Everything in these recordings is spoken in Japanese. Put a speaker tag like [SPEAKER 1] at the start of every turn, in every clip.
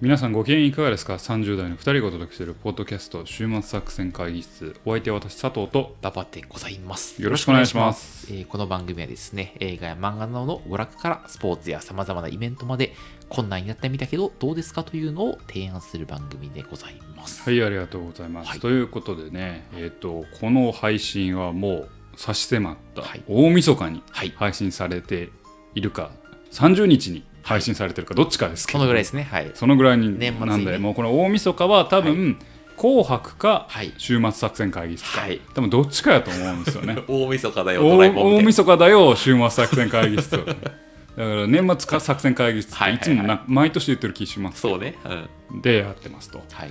[SPEAKER 1] 皆さんご機嫌いかがですか ?30 代の2人がお届けしているポッドキャスト週末作戦会議室お相手は私佐藤と
[SPEAKER 2] ババでございます。
[SPEAKER 1] よろしくお願いします
[SPEAKER 2] よろしくお願いします。えーこの番組はですね、映画や漫画などの娯楽からスポーツや様々なイベントまで、こんなんやってみたけど、どうですかというのを提案する番組でございます。
[SPEAKER 1] はいありがとうございます、
[SPEAKER 2] はい
[SPEAKER 1] ということでねえっ、とこの配信はもう差し迫った
[SPEAKER 2] はい
[SPEAKER 1] 大晦日に
[SPEAKER 2] はい
[SPEAKER 1] 配信されているか30日に配信されてるかどっちかですけ
[SPEAKER 2] こ
[SPEAKER 1] ど、
[SPEAKER 2] のぐらいですね。はい。
[SPEAKER 1] そのぐらいに
[SPEAKER 2] 年末にね
[SPEAKER 1] なんで、もうこの大晦日は多分、紅白か、
[SPEAKER 2] はい
[SPEAKER 1] 週末作戦会議室か、
[SPEAKER 2] はい
[SPEAKER 1] 多分どっちかやと思うんですよ ね
[SPEAKER 2] 大晦日だよ、
[SPEAKER 1] 大
[SPEAKER 2] ドラえもんみた
[SPEAKER 1] 大
[SPEAKER 2] いな。
[SPEAKER 1] 晦日だよ週末作戦会議室をだから年末か作戦会議室っ
[SPEAKER 2] は
[SPEAKER 1] て
[SPEAKER 2] い
[SPEAKER 1] い
[SPEAKER 2] はい
[SPEAKER 1] つ
[SPEAKER 2] はい
[SPEAKER 1] もな毎年言ってる気します
[SPEAKER 2] そうね。うん。
[SPEAKER 1] でやってますと
[SPEAKER 2] はい。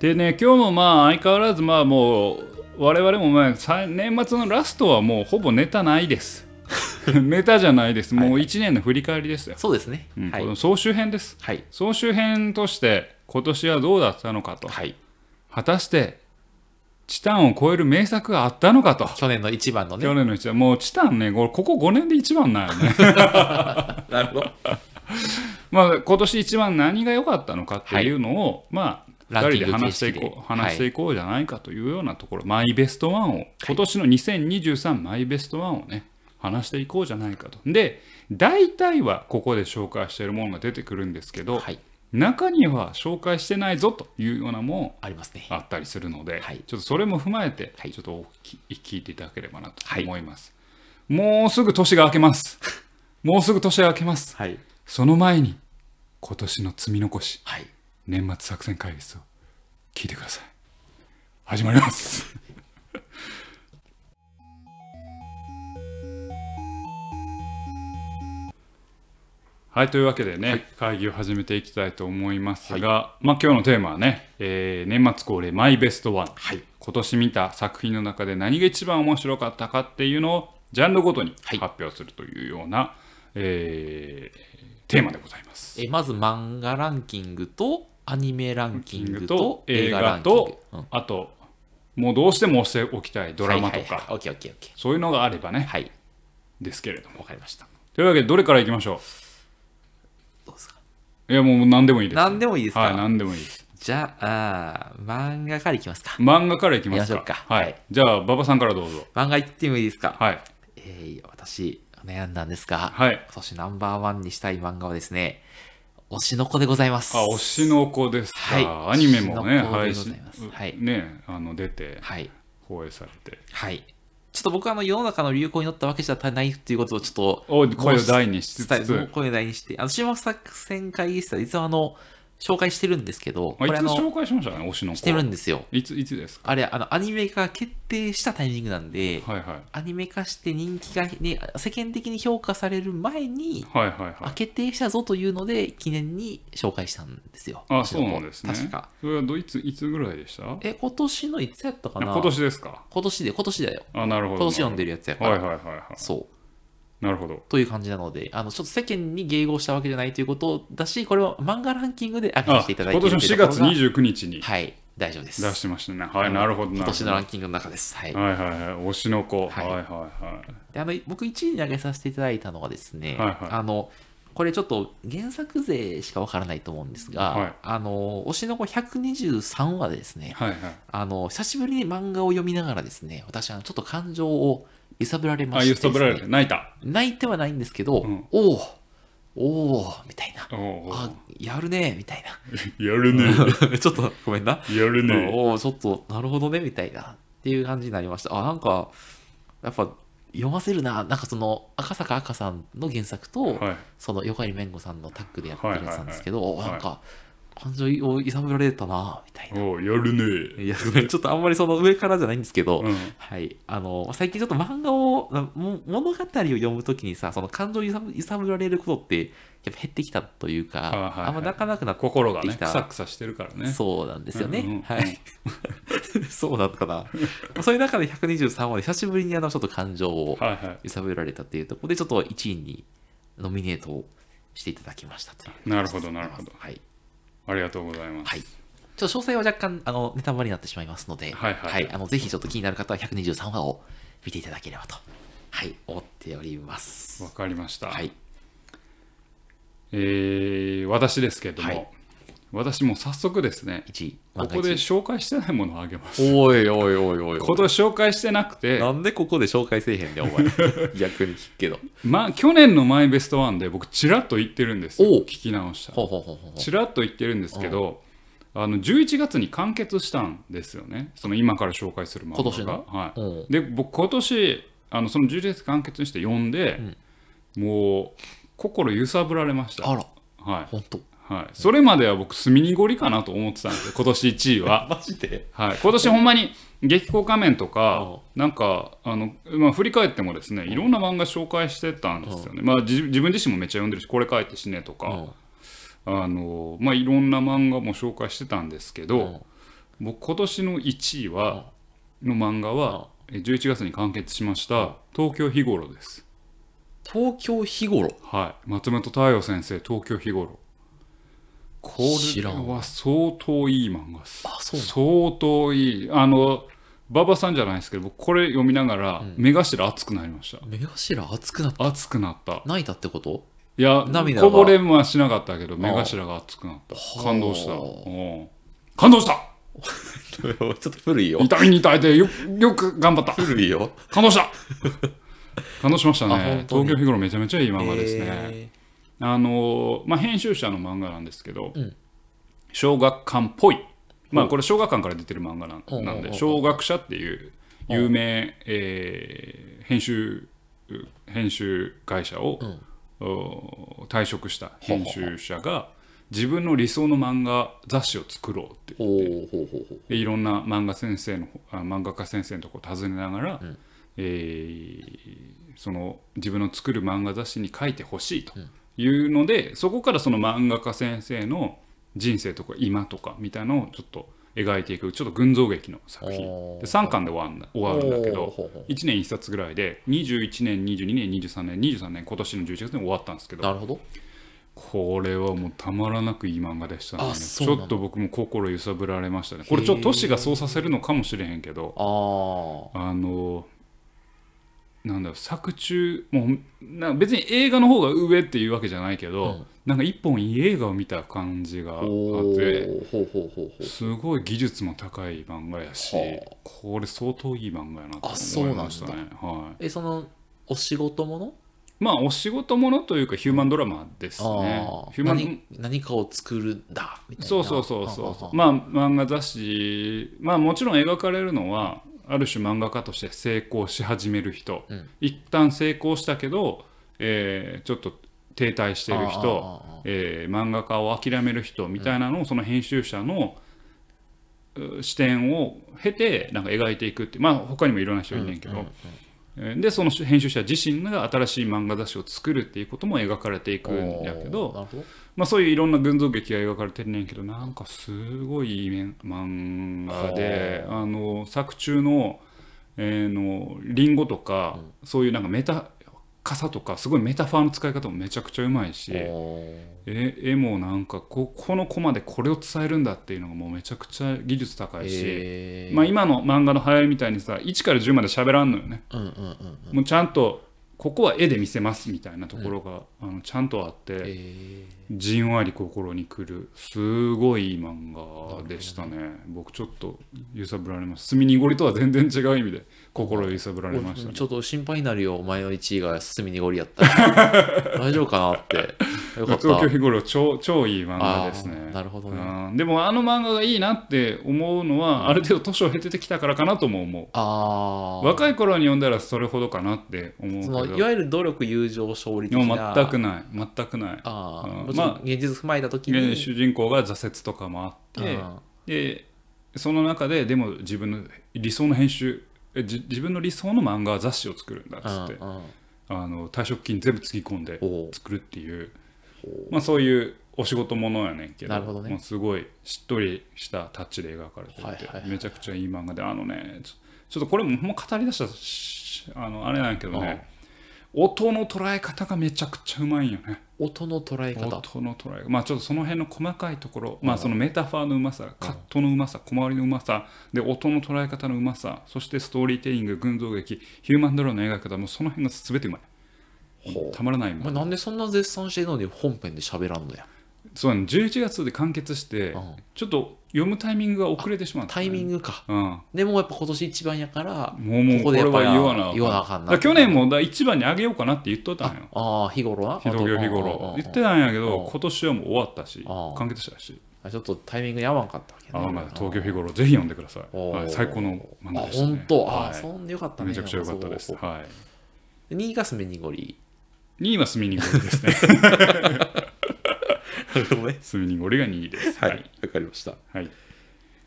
[SPEAKER 1] でね今日もまあ相変わらずまあもう我々もまあさ年末のラストはもうほぼネタないです ネタじゃないですもう1年の振り返りですよ、
[SPEAKER 2] そうですね。
[SPEAKER 1] うん
[SPEAKER 2] は
[SPEAKER 1] この
[SPEAKER 2] い。
[SPEAKER 1] 総集編です
[SPEAKER 2] はい。
[SPEAKER 1] 総集編として今年はどうだったのかと、
[SPEAKER 2] はい。
[SPEAKER 1] 果たしてチタンを超える名作があったのかと
[SPEAKER 2] 去年の一番のね
[SPEAKER 1] 去。年の一番もうチタンねこれここ5年で一番なんよね
[SPEAKER 2] なるほど。
[SPEAKER 1] まあ今年一番何が良かったのかっていうのを、まあ
[SPEAKER 2] ラン
[SPEAKER 1] 2
[SPEAKER 2] キ
[SPEAKER 1] 人
[SPEAKER 2] ン
[SPEAKER 1] で
[SPEAKER 2] グ
[SPEAKER 1] 話していこう
[SPEAKER 2] 形式で
[SPEAKER 1] 話していこうじゃないかというようなところ、マイベストワンを今年の2023、マイベストワンをね話していこうじゃないかとで大体はここで紹介しているものが出てくるんですけど、
[SPEAKER 2] はい。
[SPEAKER 1] 中には紹介してないぞというようなもん
[SPEAKER 2] ありますね。
[SPEAKER 1] あったりするので、
[SPEAKER 2] はい
[SPEAKER 1] ちょっとそれも踏まえて、
[SPEAKER 2] はい
[SPEAKER 1] ちょっとお聞き聞いていただければなと
[SPEAKER 2] はい
[SPEAKER 1] 思います、もうすぐ年が明けますもうすぐ年が明けます
[SPEAKER 2] はい。
[SPEAKER 1] その前に今年の積み残し
[SPEAKER 2] はい。
[SPEAKER 1] 年末作戦会議室を聞いてください始まりますはいというわけでね、会議を始めていきたいと思いますが、まあ、今日のテーマはね、えー年末恒例マイベストワン
[SPEAKER 2] はい。
[SPEAKER 1] 今年見た作品の中で何が一番面白かったかっていうのをジャンルごとに
[SPEAKER 2] はい
[SPEAKER 1] 発表するというような、えーテーマでございます。
[SPEAKER 2] えまず漫画ランキングと、アニメランキング
[SPEAKER 1] と
[SPEAKER 2] と、
[SPEAKER 1] 映
[SPEAKER 2] 映画ラ
[SPEAKER 1] 画
[SPEAKER 2] ンキング。
[SPEAKER 1] と
[SPEAKER 2] うん、
[SPEAKER 1] あともうどうしても押しておきたいドラマと
[SPEAKER 2] はいはいは
[SPEAKER 1] か
[SPEAKER 2] いオッケーオッケーオッケ
[SPEAKER 1] そういうのがあれば
[SPEAKER 2] ー。
[SPEAKER 1] ね
[SPEAKER 2] はい。
[SPEAKER 1] ですけれども。
[SPEAKER 2] わかりました。
[SPEAKER 1] というわけでどれからいきましょ
[SPEAKER 2] どうですか
[SPEAKER 1] ういやもう何でもいいです。
[SPEAKER 2] 何でもいいですか、
[SPEAKER 1] はい何でもいいです。
[SPEAKER 2] じゃああー、漫画からいきますか。
[SPEAKER 1] 漫画からいきます
[SPEAKER 2] いきましょ
[SPEAKER 1] か。
[SPEAKER 2] うか
[SPEAKER 1] は
[SPEAKER 2] はいい。
[SPEAKER 1] じゃあ馬場さんからどうぞ。
[SPEAKER 2] 漫画いってもいいですか、
[SPEAKER 1] はい
[SPEAKER 2] えー私、悩んだんですが、
[SPEAKER 1] はい。
[SPEAKER 2] 今年ナンバーワンにしたい漫画はですね、推しの子でございます。
[SPEAKER 1] あ推しの子ですか。
[SPEAKER 2] はい
[SPEAKER 1] アニメもね
[SPEAKER 2] 推しの子で
[SPEAKER 1] 配
[SPEAKER 2] ござ
[SPEAKER 1] 信
[SPEAKER 2] いますはい
[SPEAKER 1] ねあの出て
[SPEAKER 2] はい。
[SPEAKER 1] 放映されて。
[SPEAKER 2] はい。ちょっと僕はあの世の中の流行に乗ったわけじゃないっていうことをちょっと
[SPEAKER 1] を声を大にしつ
[SPEAKER 2] 伝えもう
[SPEAKER 1] つ、
[SPEAKER 2] 声大にして、あの、週末作戦会議室は実はあの、紹介してるんですけど、
[SPEAKER 1] まあ、いつ
[SPEAKER 2] あの、
[SPEAKER 1] 紹介しましたね、推しの子。
[SPEAKER 2] してるんですよ。
[SPEAKER 1] いついつですか
[SPEAKER 2] あれ、あの、アニメ化決定したタイミングなんで、
[SPEAKER 1] はいはい。
[SPEAKER 2] アニメ化して人気が、ね、世間的に評価される前に、
[SPEAKER 1] はいはいは
[SPEAKER 2] あ
[SPEAKER 1] い。
[SPEAKER 2] 決定したぞというので、記念に紹介したんですよ。
[SPEAKER 1] あ、そうなんですね。
[SPEAKER 2] 確か。。
[SPEAKER 1] それはどいついつぐらいでしたあ
[SPEAKER 2] え、今年のいつやったかな
[SPEAKER 1] 今年ですか。
[SPEAKER 2] 今年で、今年だよ。
[SPEAKER 1] あ、なるほど。
[SPEAKER 2] 今年読んでるやつやから。
[SPEAKER 1] はいはいはいは
[SPEAKER 2] そう。
[SPEAKER 1] い。なるほど。
[SPEAKER 2] という感じなので、あの、ちょっと世間に迎合したわけじゃないということだし、これは漫画ランキングで開けさ
[SPEAKER 1] あ
[SPEAKER 2] せ、ていただいて
[SPEAKER 1] 今
[SPEAKER 2] いる
[SPEAKER 1] 年の
[SPEAKER 2] とい
[SPEAKER 1] 4
[SPEAKER 2] うところ
[SPEAKER 1] 月
[SPEAKER 2] が
[SPEAKER 1] 29日に
[SPEAKER 2] はい、大丈夫で
[SPEAKER 1] 出
[SPEAKER 2] す。
[SPEAKER 1] してましたね。はい、なるほど。
[SPEAKER 2] 今
[SPEAKER 1] なる
[SPEAKER 2] 年
[SPEAKER 1] ほど
[SPEAKER 2] のラ
[SPEAKER 1] はい
[SPEAKER 2] ンキングの中です。はい。
[SPEAKER 1] はいはい。推しの子。は
[SPEAKER 2] はいい
[SPEAKER 1] はいはい。
[SPEAKER 2] であの僕1位に挙げさせていただいたのはですね、
[SPEAKER 1] はいはい
[SPEAKER 2] あのこれちょっと原作勢しかわからないと思うんですが、
[SPEAKER 1] はい
[SPEAKER 2] あの推しの子123話でですね
[SPEAKER 1] はいはい。
[SPEAKER 2] あの久しぶりに漫画を読みながらですね私あのちょっと感情を揺さぶられま
[SPEAKER 1] あ、
[SPEAKER 2] して
[SPEAKER 1] ユ
[SPEAKER 2] で
[SPEAKER 1] ス
[SPEAKER 2] すね、
[SPEAKER 1] トブラレル、泣いた。
[SPEAKER 2] 泣いてはないんですけど、
[SPEAKER 1] うん
[SPEAKER 2] おおおおみたいな
[SPEAKER 1] おうおう
[SPEAKER 2] あやるねみたいな
[SPEAKER 1] やるね。
[SPEAKER 2] ちょっとごめんな
[SPEAKER 1] やるね。
[SPEAKER 2] おおちょっとなるほどねみたいなっていう感じになりましたあなんかやっぱ読ませるななんかその赤坂赤さんの原作と、
[SPEAKER 1] はい。
[SPEAKER 2] その横入めんごさんのタッグでやってるやつなんですけど、
[SPEAKER 1] はいはいはい
[SPEAKER 2] おなんか感情を揺さぶられたなみたいな、
[SPEAKER 1] おうやるね。
[SPEAKER 2] いやごめんちょっとあんまりその上からじゃないんですけど、
[SPEAKER 1] うん。
[SPEAKER 2] はい、あの最近ちょっと漫画をなも物語を読むときにさその感情を揺さぶ揺さぶられることってやっぱ減ってきたというか、
[SPEAKER 1] いはいはい
[SPEAKER 2] あんまなかなくなって
[SPEAKER 1] 心が
[SPEAKER 2] で
[SPEAKER 1] ね、
[SPEAKER 2] きた
[SPEAKER 1] くさくさしてるからね。
[SPEAKER 2] そうなんですよね。
[SPEAKER 1] うんうんうん
[SPEAKER 2] はい そうなのかな。そういう中で123話で久しぶりにあのちょっと感情を
[SPEAKER 1] はいはい。
[SPEAKER 2] 揺さぶられたっていうところでちょっと1位にノミネートをしていただきましたという
[SPEAKER 1] なるほどなるほど
[SPEAKER 2] はい。
[SPEAKER 1] ありがとうございます。
[SPEAKER 2] はい。ちょっと詳細は若干あのネタバレになってしまいますので、
[SPEAKER 1] はいはい
[SPEAKER 2] あのぜひちょっと気になる方は123話を見ていただければと、はい、思っております
[SPEAKER 1] わ。かりました。
[SPEAKER 2] はい。
[SPEAKER 1] えー私ですけども、
[SPEAKER 2] はい
[SPEAKER 1] 私もう早速ですね、
[SPEAKER 2] 1位。
[SPEAKER 1] ここで紹介してないものをあげます。
[SPEAKER 2] おいおいおいおい
[SPEAKER 1] 今
[SPEAKER 2] おい。
[SPEAKER 1] 年紹介してなくて、
[SPEAKER 2] なんでここで紹介せえへんねん、お 前。逆に聞くけど。
[SPEAKER 1] まあ、去年のマイベストワンで僕、ちらっと言ってるんですよ
[SPEAKER 2] おう
[SPEAKER 1] 聞き直した。
[SPEAKER 2] ほうほうほうほうほ
[SPEAKER 1] ちらっと言ってるんですけど、あの11月に完結したんですよね、その今から紹介する漫画が。
[SPEAKER 2] 今年の。
[SPEAKER 1] はいう
[SPEAKER 2] うん。
[SPEAKER 1] で僕今年あのその11月完結して読んで、もう心揺さぶられました
[SPEAKER 2] あら、
[SPEAKER 1] は
[SPEAKER 2] ほんと。
[SPEAKER 1] い、はい、それまでは僕隅にごりかなと思ってたんですよ今年1位は、
[SPEAKER 2] マジで
[SPEAKER 1] はい、今年ほんまに激高仮面とか
[SPEAKER 2] う
[SPEAKER 1] なんかあの、まあ、振り返ってもですねいろんな漫画紹介してたんですよね、まあ、じ自分自身もめっちゃ読んでるしこれ書いて死ねと
[SPEAKER 2] う
[SPEAKER 1] か、
[SPEAKER 2] ん
[SPEAKER 1] あのまあ、いろんな漫画も紹介してたんですけど、僕今年の1位は、の漫画は、え11月に完結しました「東京日頃」です。
[SPEAKER 2] 東京日頃。
[SPEAKER 1] はい、松本太陽先生「東京日頃」こ
[SPEAKER 2] 知
[SPEAKER 1] れ
[SPEAKER 2] らん
[SPEAKER 1] は相当いい漫画です。
[SPEAKER 2] あ、そう
[SPEAKER 1] 相当いいあの馬場さんじゃないですけど僕これ読みながら目頭熱くなりました、
[SPEAKER 2] 目頭熱くなっ
[SPEAKER 1] 熱くなった
[SPEAKER 2] 泣いたってこと
[SPEAKER 1] いや
[SPEAKER 2] 涙が
[SPEAKER 1] こぼれもはしなかったけど目頭が熱くなった
[SPEAKER 2] はあ
[SPEAKER 1] 感動したうん感動した
[SPEAKER 2] ちょっと古いよ。
[SPEAKER 1] 痛みに耐えてよよく頑張った
[SPEAKER 2] 古いよ。
[SPEAKER 1] 感動 した感動しました
[SPEAKER 2] あ本
[SPEAKER 1] ね。
[SPEAKER 2] 当に
[SPEAKER 1] 東京日頃めちゃめちゃいい漫画ですね。あのーまあ、編集者の漫画なんですけど、
[SPEAKER 2] うん
[SPEAKER 1] 小学館っぽい、まあ、これ小学館から出てる漫画なん
[SPEAKER 2] うん
[SPEAKER 1] なん
[SPEAKER 2] うんうんう
[SPEAKER 1] で、
[SPEAKER 2] ん
[SPEAKER 1] 小学者っていう有名、えー編集編集会社を、お退職した編集者が自分の理想の漫画雑誌を作ろうって
[SPEAKER 2] ほうほうほうほう。
[SPEAKER 1] でいろんな漫画先生のあ漫画家先生のとこ訪ねながら、
[SPEAKER 2] ん
[SPEAKER 1] えーその自分の作る漫画雑誌に書いてほしいというので、そこからその漫画家先生の人生とか今とかみたいのをちょっと描いていくちょっと群像劇の作品
[SPEAKER 2] おー
[SPEAKER 1] で3巻で終わるんだ終わるんだけ
[SPEAKER 2] ほうほ
[SPEAKER 1] ど
[SPEAKER 2] うほう
[SPEAKER 1] 1年1冊ぐらいで21年22年23年23年今年の11月に終わったんですけど
[SPEAKER 2] なるほど。
[SPEAKER 1] これはもうたまらなくいい漫画でしたね
[SPEAKER 2] あ
[SPEAKER 1] ち
[SPEAKER 2] そうなの
[SPEAKER 1] ょっと僕も心揺さぶられましたねこれちょっと都市がそうさせるのかもしれへんけど
[SPEAKER 2] あ
[SPEAKER 1] あのなんだろう作中もうな別に映画の方が上っていうわけじゃないけど、
[SPEAKER 2] うん
[SPEAKER 1] なんか一本いい映画を見た感じがあ
[SPEAKER 2] あ。
[SPEAKER 1] っ
[SPEAKER 2] お
[SPEAKER 1] て
[SPEAKER 2] ーほうほうほうほう。
[SPEAKER 1] すごい技術も高い漫画やし
[SPEAKER 2] はあ
[SPEAKER 1] これ相当いい漫画やなと
[SPEAKER 2] あそう
[SPEAKER 1] 思
[SPEAKER 2] ないんだ
[SPEAKER 1] ましたねはい
[SPEAKER 2] え、その、お仕事もの
[SPEAKER 1] まあお仕事ものというかヒューマンドラマですね
[SPEAKER 2] ああ
[SPEAKER 1] ヒューマン
[SPEAKER 2] 何何かを作るんだみたいな
[SPEAKER 1] そうそうそうそうそう
[SPEAKER 2] ま
[SPEAKER 1] まあ漫画雑誌まあもちろん描かれるのはある種漫画家として成功し始める人、
[SPEAKER 2] うん
[SPEAKER 1] 一旦成功したけど、えーちょっと停滞してる
[SPEAKER 2] あ
[SPEAKER 1] 人
[SPEAKER 2] あああ
[SPEAKER 1] えー漫画家を諦める人みたいなのをその編集者のう視点を経てなんか描いていくってまあ他にもいろんな人いるねんけど、えーでその編集者自身が新しい漫画雑誌を作るっていうことも描かれていくんやけど
[SPEAKER 2] おーなるほど
[SPEAKER 1] まあ、そういういろんな群像劇が描かれてるねんけどなんかすごいいい面漫画であの作中の,、えーのリンゴとか、そういうなんかメタ傘とかすごいメタファーの使い方もめちゃくちゃうまいし絵
[SPEAKER 2] おー
[SPEAKER 1] 絵もなんかここのコマでこれを伝えるんだっていうのがもうめちゃくちゃ技術高いし、
[SPEAKER 2] えー
[SPEAKER 1] まあ、今の漫画の流行りみたいにさ1から10まで喋らんのよね。
[SPEAKER 2] うんうんうんうん
[SPEAKER 1] もうちゃんとここは絵で見せますみたいなところが、あのちゃんとあって。
[SPEAKER 2] えー
[SPEAKER 1] じんわり心にくるすごいいい漫画でしたね僕ちょっと揺さぶられました墨濁りとは全然違う意味で心揺さぶられましたね
[SPEAKER 2] ちょっと心配になるよお前の1位が隅にごりやっ たら大丈夫かなってよかった
[SPEAKER 1] 東京日頃超超いい漫画です
[SPEAKER 2] あー
[SPEAKER 1] ね
[SPEAKER 2] なるほどね
[SPEAKER 1] うんでもあの漫画がいいなって思うのはある程度年を経てきたからかなとも思
[SPEAKER 2] あ
[SPEAKER 1] う
[SPEAKER 2] あ
[SPEAKER 1] 若い頃に読んだらそれほどかなって思
[SPEAKER 2] その
[SPEAKER 1] うけ
[SPEAKER 2] い
[SPEAKER 1] ど
[SPEAKER 2] わゆる努力友情勝利
[SPEAKER 1] で
[SPEAKER 2] 的
[SPEAKER 1] も
[SPEAKER 2] な
[SPEAKER 1] 全くない全くない
[SPEAKER 2] あ
[SPEAKER 1] うん
[SPEAKER 2] あ、もちろん
[SPEAKER 1] まあ
[SPEAKER 2] 現実踏まえた時に、
[SPEAKER 1] で主人公が挫折とかもあって、
[SPEAKER 2] うん
[SPEAKER 1] でその中ででも自分の理想の編集えじ自分の理想の漫画雑誌を作るんだっつって、
[SPEAKER 2] うんうん
[SPEAKER 1] あの退職金全部つぎ込んで
[SPEAKER 2] おう
[SPEAKER 1] 作るっていう、まあ、そういうお仕事ものやねんけど
[SPEAKER 2] なるほどね
[SPEAKER 1] もうすごいしっとりしたタッチで描かれていて、
[SPEAKER 2] はいはいはい
[SPEAKER 1] めちゃくちゃいい漫画であのねちょちょっとこれももう語り出したらしあのあれなんやけどね、音の捉え方がめちゃくちゃうまいんよね
[SPEAKER 2] 音の捉え方
[SPEAKER 1] 音の捉えまあちょっとその辺の細かいところ、まあそのメタファーのうまさ、カットのうまさ、小回りのうまさ、で音の捉え方のうまさ、そしてストーリーテリング、群像劇、ヒューマンドローの描き方、もうその辺が全てうまい。
[SPEAKER 2] ほう
[SPEAKER 1] たまらない
[SPEAKER 2] お
[SPEAKER 1] も
[SPEAKER 2] 前
[SPEAKER 1] ん。
[SPEAKER 2] なんでそんな絶賛してるのに本編で喋らんのや
[SPEAKER 1] そうなの11月で完結して、
[SPEAKER 2] うん
[SPEAKER 1] ちょっと読むタイミングが遅れてしまった、
[SPEAKER 2] タイミングか。
[SPEAKER 1] うん、も
[SPEAKER 2] でもやっぱ今年一番やから、
[SPEAKER 1] うもう
[SPEAKER 2] こ
[SPEAKER 1] こ
[SPEAKER 2] こで
[SPEAKER 1] れ
[SPEAKER 2] やっぱ
[SPEAKER 1] は
[SPEAKER 2] り
[SPEAKER 1] 言わなあ
[SPEAKER 2] 言
[SPEAKER 1] かん
[SPEAKER 2] わなあかん
[SPEAKER 1] だ
[SPEAKER 2] な
[SPEAKER 1] から去年もだ1番にあげようかなって言っとったんよ
[SPEAKER 2] ああ、日頃な。
[SPEAKER 1] ひど
[SPEAKER 2] あ
[SPEAKER 1] い日
[SPEAKER 2] とうんうんうん
[SPEAKER 1] 頃
[SPEAKER 2] うん
[SPEAKER 1] 言ってたんやけど
[SPEAKER 2] うん
[SPEAKER 1] 今年はもう終わったし
[SPEAKER 2] あ
[SPEAKER 1] 完結したし
[SPEAKER 2] あちょっとタイミングに合わんかったわけ
[SPEAKER 1] あ
[SPEAKER 2] ね。
[SPEAKER 1] まあ東京日頃ぜひ読んでください、
[SPEAKER 2] おー
[SPEAKER 1] はい、最高の漫画でした、
[SPEAKER 2] あ
[SPEAKER 1] ね、
[SPEAKER 2] 本当あ
[SPEAKER 1] は
[SPEAKER 2] あ、そんでよかっ
[SPEAKER 1] い、
[SPEAKER 2] たね。
[SPEAKER 1] めちゃくちゃ良かったです、
[SPEAKER 2] そう
[SPEAKER 1] は
[SPEAKER 2] 新がすめにごり。
[SPEAKER 1] い、2位はスミニゴリです ね
[SPEAKER 2] なるほどね。
[SPEAKER 1] スミニゴリが2位です
[SPEAKER 2] はい、わ、かりました。じ
[SPEAKER 1] はい、
[SPEAKER 2] ゃ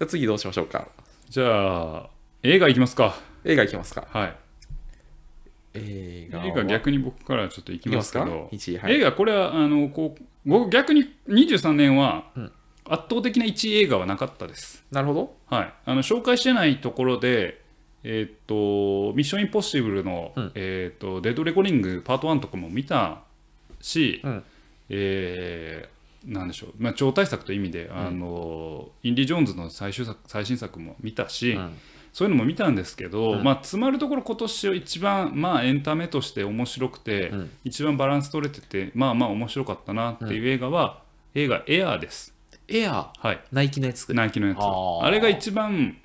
[SPEAKER 2] あ次どうしましょうか。
[SPEAKER 1] じゃあ映画いきますか
[SPEAKER 2] 映画いきますか。
[SPEAKER 1] はい
[SPEAKER 2] 映画は
[SPEAKER 1] 映画逆に僕からちょっといき
[SPEAKER 2] いき
[SPEAKER 1] ま
[SPEAKER 2] ますす
[SPEAKER 1] け
[SPEAKER 2] か
[SPEAKER 1] ど。
[SPEAKER 2] 一位、はい。
[SPEAKER 1] 映画これはあのこう僕逆に23年は
[SPEAKER 2] うん
[SPEAKER 1] 圧倒的な1位映画はなかったです、
[SPEAKER 2] なるほど。
[SPEAKER 1] はい、あの紹介してないところでえーっと「ミッションインポッシブルの」
[SPEAKER 2] うん
[SPEAKER 1] えーっとデッドレコーディングパート1」とかも見たし、
[SPEAKER 2] うん
[SPEAKER 1] えーなんでしょう、まあ、超大作という意味で、あのインディ・ジョーンズの最終作最新作も見たし、
[SPEAKER 2] うん
[SPEAKER 1] そういうのも見たんですけど、
[SPEAKER 2] うん
[SPEAKER 1] まあ、詰まるところ今年を一番、まあ、エンタメとして面白くて、
[SPEAKER 2] うん
[SPEAKER 1] 一番バランス取れててまあまあ面白かったなっていう映画は、映画「エアー」です、
[SPEAKER 2] エアー、
[SPEAKER 1] はい、
[SPEAKER 2] ナイキのやつ。
[SPEAKER 1] ナイキのやつ
[SPEAKER 2] あー
[SPEAKER 1] あれが一番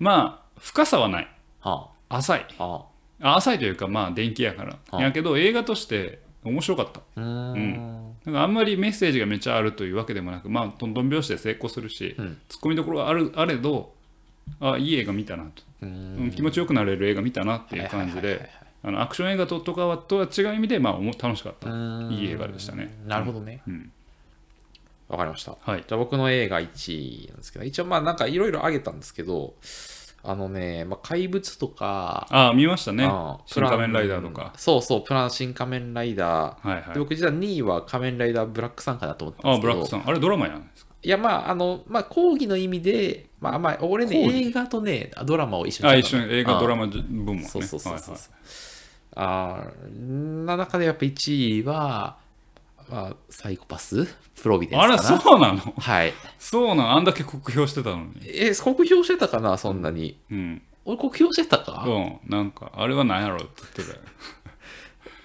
[SPEAKER 1] まあ深さはない
[SPEAKER 2] は
[SPEAKER 1] 浅い
[SPEAKER 2] あ、は
[SPEAKER 1] あ浅いというかまあ電気やから、
[SPEAKER 2] あ
[SPEAKER 1] やけど映画として面白かった
[SPEAKER 2] あ。うーん。
[SPEAKER 1] なんかあんまりメッセージがめちゃあるというわけでもなくまあどんどん拍子で成功するし、
[SPEAKER 2] うん
[SPEAKER 1] ツッコミどころがあるあれどあいい映画見たなと
[SPEAKER 2] うー。
[SPEAKER 1] うんん気持ちよくなれる映画見たなっていう感じ
[SPEAKER 2] はいはい
[SPEAKER 1] であのアクション映画ととかはとは違う意味で、まあ、おも楽しかった、
[SPEAKER 2] うん
[SPEAKER 1] いい映画でしたね。
[SPEAKER 2] なるほどね。
[SPEAKER 1] うん
[SPEAKER 2] わかりました。
[SPEAKER 1] はい
[SPEAKER 2] じゃあ僕の映画1位なんですけど、一応まあなんかいろいろ挙げたんですけど、あのね、まあ、怪物とか、
[SPEAKER 1] ああ見ましたね
[SPEAKER 2] うん
[SPEAKER 1] 「新仮面ライダー」とか
[SPEAKER 2] プラン、そうそう、プラン新仮面ライダー、
[SPEAKER 1] はい
[SPEAKER 2] で
[SPEAKER 1] はい、
[SPEAKER 2] 僕実は2位は仮面ライダーブラックさんかなと思ったん
[SPEAKER 1] あ
[SPEAKER 2] で
[SPEAKER 1] あ
[SPEAKER 2] す
[SPEAKER 1] ブ
[SPEAKER 2] け
[SPEAKER 1] ラ
[SPEAKER 2] ど、
[SPEAKER 1] ックさんあれドラマやんですか
[SPEAKER 2] いやまああの、まあ講義の意味で、まあまあ俺ね、
[SPEAKER 1] 講義
[SPEAKER 2] 映画とね、ドラマを一緒に
[SPEAKER 1] あ
[SPEAKER 2] やっ
[SPEAKER 1] 一
[SPEAKER 2] た
[SPEAKER 1] 緒
[SPEAKER 2] の
[SPEAKER 1] に映画ドラマ部門ね
[SPEAKER 2] そうそうそうそう。
[SPEAKER 1] はい
[SPEAKER 2] あーな中でやっぱ1位は、まあ、サイコパスプロビデンス
[SPEAKER 1] はい
[SPEAKER 2] か
[SPEAKER 1] あ
[SPEAKER 2] な。
[SPEAKER 1] れそうなの
[SPEAKER 2] はい。
[SPEAKER 1] そうなのあんだけ酷評してたのに
[SPEAKER 2] え、酷評してたかな、そんなに。
[SPEAKER 1] うん
[SPEAKER 2] 俺、酷評してたか、
[SPEAKER 1] うんなんかあれはないやろって言っ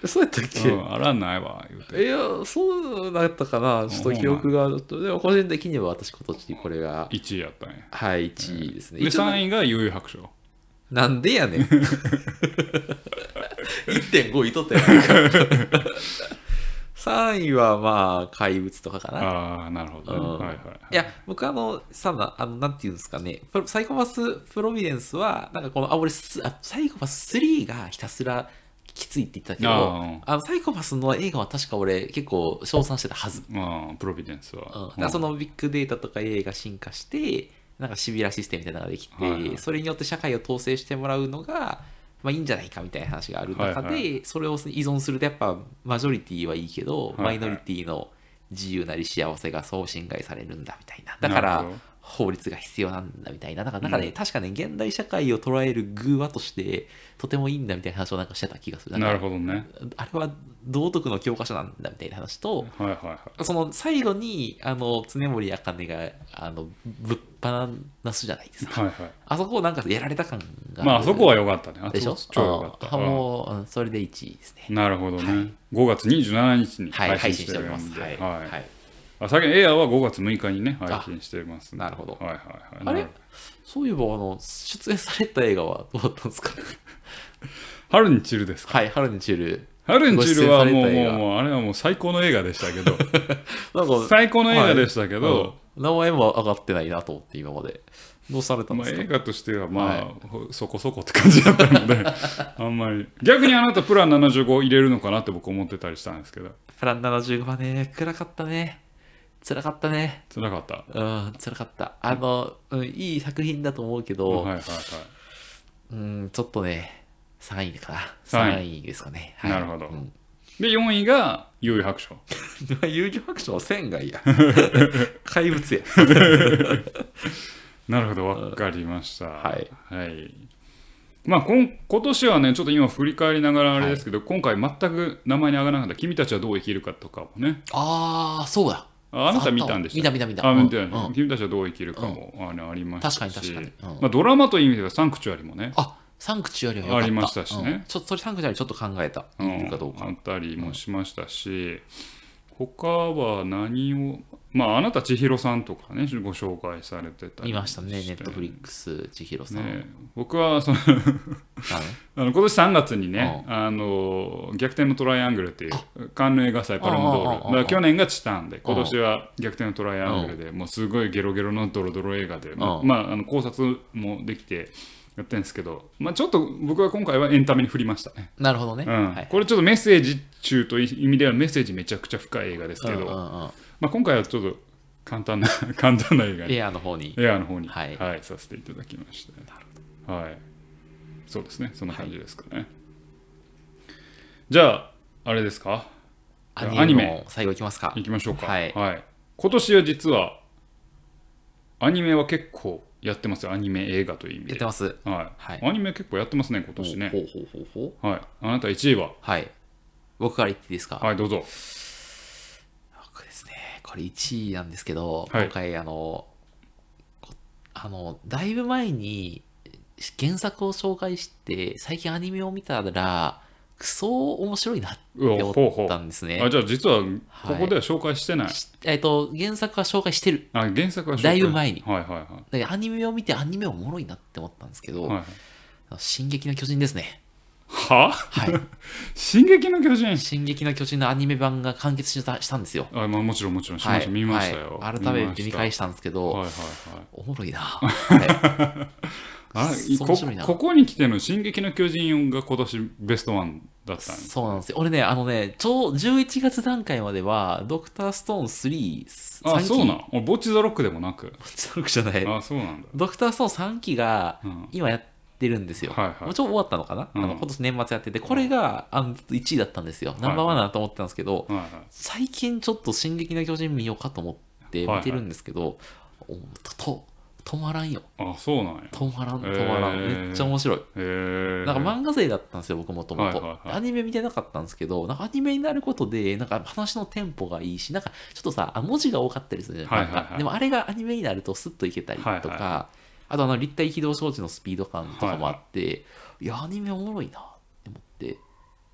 [SPEAKER 1] て
[SPEAKER 2] そうやったったけ、
[SPEAKER 1] よ、うん、あれはないわ言うて
[SPEAKER 2] いや、そうだったかな、ちょっと記憶が、ちょっとでも個人的には私、今年これが、
[SPEAKER 1] 1位やったんや
[SPEAKER 2] はい、1位ですね。
[SPEAKER 1] で
[SPEAKER 2] 一応
[SPEAKER 1] 3位が悠々白書
[SPEAKER 2] なん でやねん。1.5位とったやん。3位はまあ、怪物とかかな。
[SPEAKER 1] ああなるほどね、
[SPEAKER 2] うん
[SPEAKER 1] はいはい
[SPEAKER 2] いや、僕あの、さな、あの、なんていうんですかね、プロサイコパスプロビデンスは、なんかこの、あ、俺すあ、サイコパス3がひたすらきついって言ったけど、
[SPEAKER 1] あーうん
[SPEAKER 2] あのサイコパスの映画は確か俺結構称賛してたはず。
[SPEAKER 1] まあプロビデンス
[SPEAKER 2] うん、だ
[SPEAKER 1] は
[SPEAKER 2] か、らそのビッグデータとか AI が進化して、なんかシビラシステムみたいなのができて、
[SPEAKER 1] はいはい
[SPEAKER 2] それによって社会を統制してもらうのが、まあいいんじゃないかみたいな話がある中で、
[SPEAKER 1] はい
[SPEAKER 2] それを依存するとやっぱマジョリティはいいけど、
[SPEAKER 1] いはい
[SPEAKER 2] マイノリティの自由なり幸せがそう侵害されるんだみたいな。だか
[SPEAKER 1] な
[SPEAKER 2] ら
[SPEAKER 1] るほど
[SPEAKER 2] 法律が必要なんだみたいな。なんかなんかね、確かね、現代社会を捉える偶話としてとてもいいんだみたいな話をなんかしてた気がする。
[SPEAKER 1] なるほどね
[SPEAKER 2] ど。あれは道徳の教科書なんだみたいな話と、
[SPEAKER 1] はいはいはい
[SPEAKER 2] その最後にあの常森茜があのぶっ放すじ ゃないですか。
[SPEAKER 1] はいはい
[SPEAKER 2] あそこなんかやられた感が
[SPEAKER 1] まああそこ
[SPEAKER 2] は
[SPEAKER 1] は良かったね。あ
[SPEAKER 2] でしょ
[SPEAKER 1] そこ超良かった。
[SPEAKER 2] あ
[SPEAKER 1] うん
[SPEAKER 2] もううんそれで1位ですね。
[SPEAKER 1] なるほどね、5月27日に
[SPEAKER 2] はい、配
[SPEAKER 1] 配信し
[SPEAKER 2] 信し
[SPEAKER 1] てて
[SPEAKER 2] お
[SPEAKER 1] お
[SPEAKER 2] り
[SPEAKER 1] りま
[SPEAKER 2] ま。
[SPEAKER 1] すす。
[SPEAKER 2] はい。
[SPEAKER 1] はい
[SPEAKER 2] はい
[SPEAKER 1] あ先にエアは5月6日にね、配信しておりますんで。
[SPEAKER 2] なるほど
[SPEAKER 1] はいはいはい。
[SPEAKER 2] あれそういえば、あの、出演された映画はどうだったんですか
[SPEAKER 1] 春に散るですか。
[SPEAKER 2] はい、春に散る。
[SPEAKER 1] 春に散るはも
[SPEAKER 2] ご
[SPEAKER 1] う、
[SPEAKER 2] 出演された
[SPEAKER 1] も
[SPEAKER 2] 映画
[SPEAKER 1] う、もうあれはもう最高の映画でしたけ ど、
[SPEAKER 2] なんか、
[SPEAKER 1] 最高の映画でしたけ
[SPEAKER 2] うん
[SPEAKER 1] ど、
[SPEAKER 2] 名前も上がってないなと思って、今まで。どうされたんで
[SPEAKER 1] まあ、
[SPEAKER 2] すか、
[SPEAKER 1] 映画としては、まあ、ほそこそこって感じだったので、 あんまり。逆にあなた、プラン75入れるのかなって僕思ってたりしたんですけど、
[SPEAKER 2] プラン75はね、暗かったね。辛かったね。
[SPEAKER 1] 辛かった。
[SPEAKER 2] うん、辛かった。あの、うん、いい作品だと思う
[SPEAKER 1] は
[SPEAKER 2] け
[SPEAKER 1] い
[SPEAKER 2] ど、
[SPEAKER 1] はいはい。
[SPEAKER 2] うん、ちょっとね、3位かな。
[SPEAKER 1] 三位
[SPEAKER 2] 3位ですかね。
[SPEAKER 1] なるほど
[SPEAKER 2] うん、
[SPEAKER 1] で、4位が、優位白書。
[SPEAKER 2] 遊戯白書は1000が いや。怪物や。
[SPEAKER 1] なるほど、わかりました。
[SPEAKER 2] はい。
[SPEAKER 1] はい。まあ、こん今年はね、ちょっと今振り返りながらあれですけど、今回全く名前に上がらなかった、君たちはどう生きるかとかもね、
[SPEAKER 2] ああ、そうだ。
[SPEAKER 1] ああなた見たんでし
[SPEAKER 2] 見
[SPEAKER 1] た
[SPEAKER 2] た見た見た。
[SPEAKER 1] あ、
[SPEAKER 2] うん
[SPEAKER 1] 見てない、
[SPEAKER 2] うん
[SPEAKER 1] 君たちはどう生きるかも、あのありましたし、
[SPEAKER 2] 確かに確かにうん
[SPEAKER 1] まあ、ドラマという意味では、サンクチュアリもね、
[SPEAKER 2] あ、サンクチュアリはよかった
[SPEAKER 1] ありましたしね
[SPEAKER 2] うんちょっとそれサンクチュアリちょっと考えた。
[SPEAKER 1] う
[SPEAKER 2] い
[SPEAKER 1] ん
[SPEAKER 2] るかどうか。
[SPEAKER 1] あったりもしましたし、他は何をまああなた千尋さんとかねご紹介されてたり
[SPEAKER 2] 見ましたね、
[SPEAKER 1] し
[SPEAKER 2] ネ
[SPEAKER 1] て
[SPEAKER 2] ットフリックス、千尋さん。
[SPEAKER 1] ね僕はその
[SPEAKER 2] あの
[SPEAKER 1] あの今年3月にね、あの逆転のトライアングルっていうカンヌ映画祭パルムドール
[SPEAKER 2] ああああああ
[SPEAKER 1] だから去年がチタンで今年は逆転のトライアングルでもうすごいゲロゲロのドロドロ映画で、まあ
[SPEAKER 2] うん
[SPEAKER 1] まああの考察もできてやってるんですけど、まあ、ちょっと僕は今回はエンタメに振りましたね、
[SPEAKER 2] なるほどね。
[SPEAKER 1] う
[SPEAKER 2] は
[SPEAKER 1] ん
[SPEAKER 2] い、
[SPEAKER 1] これちょっとメッセージ中という意味ではメッセージめちゃくちゃ深い映画ですけど、
[SPEAKER 2] うんうん
[SPEAKER 1] まあ、今回はちょっと簡単な 簡単な映画
[SPEAKER 2] うん
[SPEAKER 1] に
[SPEAKER 2] エアの方に。
[SPEAKER 1] エアーの方に、
[SPEAKER 2] はい
[SPEAKER 1] させていただきました
[SPEAKER 2] なる
[SPEAKER 1] はいそうですねそんな感じですかね、じゃああれですか
[SPEAKER 2] ア
[SPEAKER 1] アニ
[SPEAKER 2] ニメ
[SPEAKER 1] メ
[SPEAKER 2] の最後いきますか
[SPEAKER 1] い。きましょうか
[SPEAKER 2] はい
[SPEAKER 1] 今年は実はアニメは結構やってますよアニメ映画という意味
[SPEAKER 2] やっ
[SPEAKER 1] で
[SPEAKER 2] てます。
[SPEAKER 1] はい
[SPEAKER 2] はい
[SPEAKER 1] アニメ結構やってますね今年
[SPEAKER 2] ほ
[SPEAKER 1] ね
[SPEAKER 2] うほうほうほう。
[SPEAKER 1] はいあなた1位は
[SPEAKER 2] はい。僕から言っていいですか、
[SPEAKER 1] はいどうぞ
[SPEAKER 2] 僕ですね、これ1位なんですけど、
[SPEAKER 1] はい
[SPEAKER 2] 今回あの、こあの、だいぶ前に原作を紹介して、最近アニメを見たら、クソ面白いなって
[SPEAKER 1] うわほう
[SPEAKER 2] 思
[SPEAKER 1] ほ
[SPEAKER 2] った
[SPEAKER 1] うん
[SPEAKER 2] ですね。
[SPEAKER 1] あじゃあ実はここでは紹介してない、
[SPEAKER 2] しえっと、原作は紹介してる。
[SPEAKER 1] あ原作は紹介
[SPEAKER 2] だいぶ前に
[SPEAKER 1] はいはいは
[SPEAKER 2] だけどアニメを見てアニメおもろいなって思ったんですけど、
[SPEAKER 1] いはい
[SPEAKER 2] あの進撃の巨人ですね。
[SPEAKER 1] は
[SPEAKER 2] はい。
[SPEAKER 1] 進撃の巨人
[SPEAKER 2] 進撃の巨人のアニメ版が完結したしたんですよ。
[SPEAKER 1] あ、まあ、もちろんもちろんしました、
[SPEAKER 2] はい
[SPEAKER 1] 見ましたよ、
[SPEAKER 2] はい改めて見返
[SPEAKER 1] し
[SPEAKER 2] したんですけ
[SPEAKER 1] た
[SPEAKER 2] ど、
[SPEAKER 1] はいはいはい
[SPEAKER 2] おもろい な。はい
[SPEAKER 1] あ
[SPEAKER 2] そう
[SPEAKER 1] こ
[SPEAKER 2] 面白いな
[SPEAKER 1] ここに来ての「進撃の巨人」が今年ベストワンだったんです
[SPEAKER 2] そうなんですよ。俺ね、あのね、ちょう11月段階までは、ドクターストーン3、3
[SPEAKER 1] あ
[SPEAKER 2] 期
[SPEAKER 1] そうなん俺ボッチ・ザ・ロックでもなく
[SPEAKER 2] ストロークじゃない。
[SPEAKER 1] あそうなんだ
[SPEAKER 2] ドクターストーン3期が
[SPEAKER 1] うん
[SPEAKER 2] 今やってるんですよ。
[SPEAKER 1] はいはい
[SPEAKER 2] もうちょっと終わったのかな、
[SPEAKER 1] うん
[SPEAKER 2] あの今年年末やってて、これがあの1位だったんですよ。ナンバーワンだなと思ってたんですけど、
[SPEAKER 1] はいは
[SPEAKER 2] 最近ちょっと「進撃の巨人」見ようかと思って見てるんですけど、おとと止まらんよ
[SPEAKER 1] いあそうなんや
[SPEAKER 2] 止まらん止まらん、
[SPEAKER 1] へー
[SPEAKER 2] めっちゃ面白い
[SPEAKER 1] へえ
[SPEAKER 2] なんか漫画勢だったんですよ僕もとも
[SPEAKER 1] はいはい
[SPEAKER 2] と
[SPEAKER 1] はい
[SPEAKER 2] アニメ見てなかったんですけどなんかアニメになることでなんか話のテンポがいいしなんかちょっとさあ文字が多かったりするじゃない
[SPEAKER 1] はいはいはい
[SPEAKER 2] でもあれがアニメになるとスッといけたりとか、
[SPEAKER 1] はいはいは
[SPEAKER 2] あとあの立体起動装置のスピード感とかもあって、いやアニメおもろいなって思って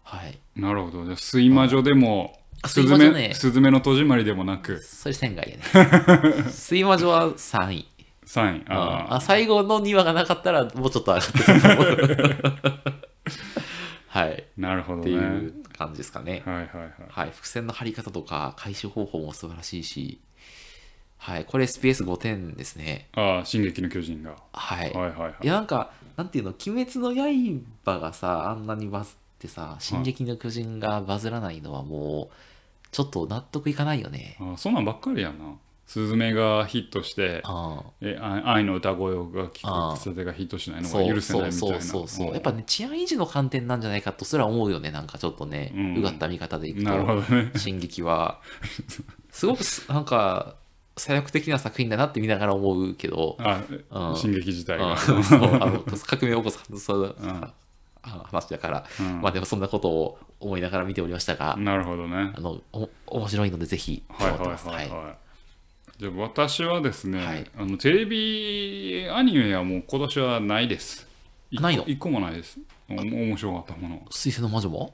[SPEAKER 2] はい
[SPEAKER 1] なるほどじゃあ睡魔女でも
[SPEAKER 2] あ
[SPEAKER 1] す
[SPEAKER 2] 睡
[SPEAKER 1] ず
[SPEAKER 2] 魔女ね
[SPEAKER 1] めすずめの戸締まりでもなく
[SPEAKER 2] それ仙外やね 睡魔女は3位
[SPEAKER 1] 3位
[SPEAKER 2] あ
[SPEAKER 1] あ
[SPEAKER 2] あ最後の2話がなかったらもうちょっと上がってたと思う はいっ
[SPEAKER 1] なるほど
[SPEAKER 2] て
[SPEAKER 1] ね
[SPEAKER 2] いう感じですかね
[SPEAKER 1] はいはいはい
[SPEAKER 2] はい伏線の張り方とか回収方法も素晴らしいしはいこれ SPS5 点ですね
[SPEAKER 1] ああ進撃の巨人が
[SPEAKER 2] は
[SPEAKER 1] はい
[SPEAKER 2] い、い、
[SPEAKER 1] はいはい
[SPEAKER 2] やなんかなんていうの「鬼滅の刃」がさあんなにバズってさ「進撃の巨人」がバズらないのはもうちょっと納得いかないよね
[SPEAKER 1] あそんなんばっかりやなスズメがヒットして
[SPEAKER 2] ああ
[SPEAKER 1] えあ愛の歌声が聞
[SPEAKER 2] あ
[SPEAKER 1] く
[SPEAKER 2] ー
[SPEAKER 1] それがヒットしないの
[SPEAKER 2] そ
[SPEAKER 1] が
[SPEAKER 2] う
[SPEAKER 1] 許せないみたいな
[SPEAKER 2] そうそうそうそう
[SPEAKER 1] うん
[SPEAKER 2] やっぱね治安維持の観点なんじゃないかとすら思うよねなんかちょっとね、
[SPEAKER 1] うん
[SPEAKER 2] うがった見方でいく
[SPEAKER 1] なるほ
[SPEAKER 2] と
[SPEAKER 1] どね
[SPEAKER 2] 進撃は すごくすなんか左翼的な作品だなって見ながら思うけど、
[SPEAKER 1] あ
[SPEAKER 2] うん
[SPEAKER 1] 進撃自体
[SPEAKER 2] う
[SPEAKER 1] が
[SPEAKER 2] ん、そうあの革命を起こすそう
[SPEAKER 1] うん
[SPEAKER 2] あの話だから、
[SPEAKER 1] うん
[SPEAKER 2] まあでもそんなことを思いながら見ておりましたが、
[SPEAKER 1] なるほどね
[SPEAKER 2] あのお面白いのでぜひ
[SPEAKER 1] はいはい
[SPEAKER 2] と思ってます
[SPEAKER 1] はい
[SPEAKER 2] はい
[SPEAKER 1] はいじゃあ私はですね、
[SPEAKER 2] はい
[SPEAKER 1] あのテレビアニメはもう今年はないです一
[SPEAKER 2] ないの
[SPEAKER 1] 一個もないですお面白かったもの
[SPEAKER 2] 水星の魔女も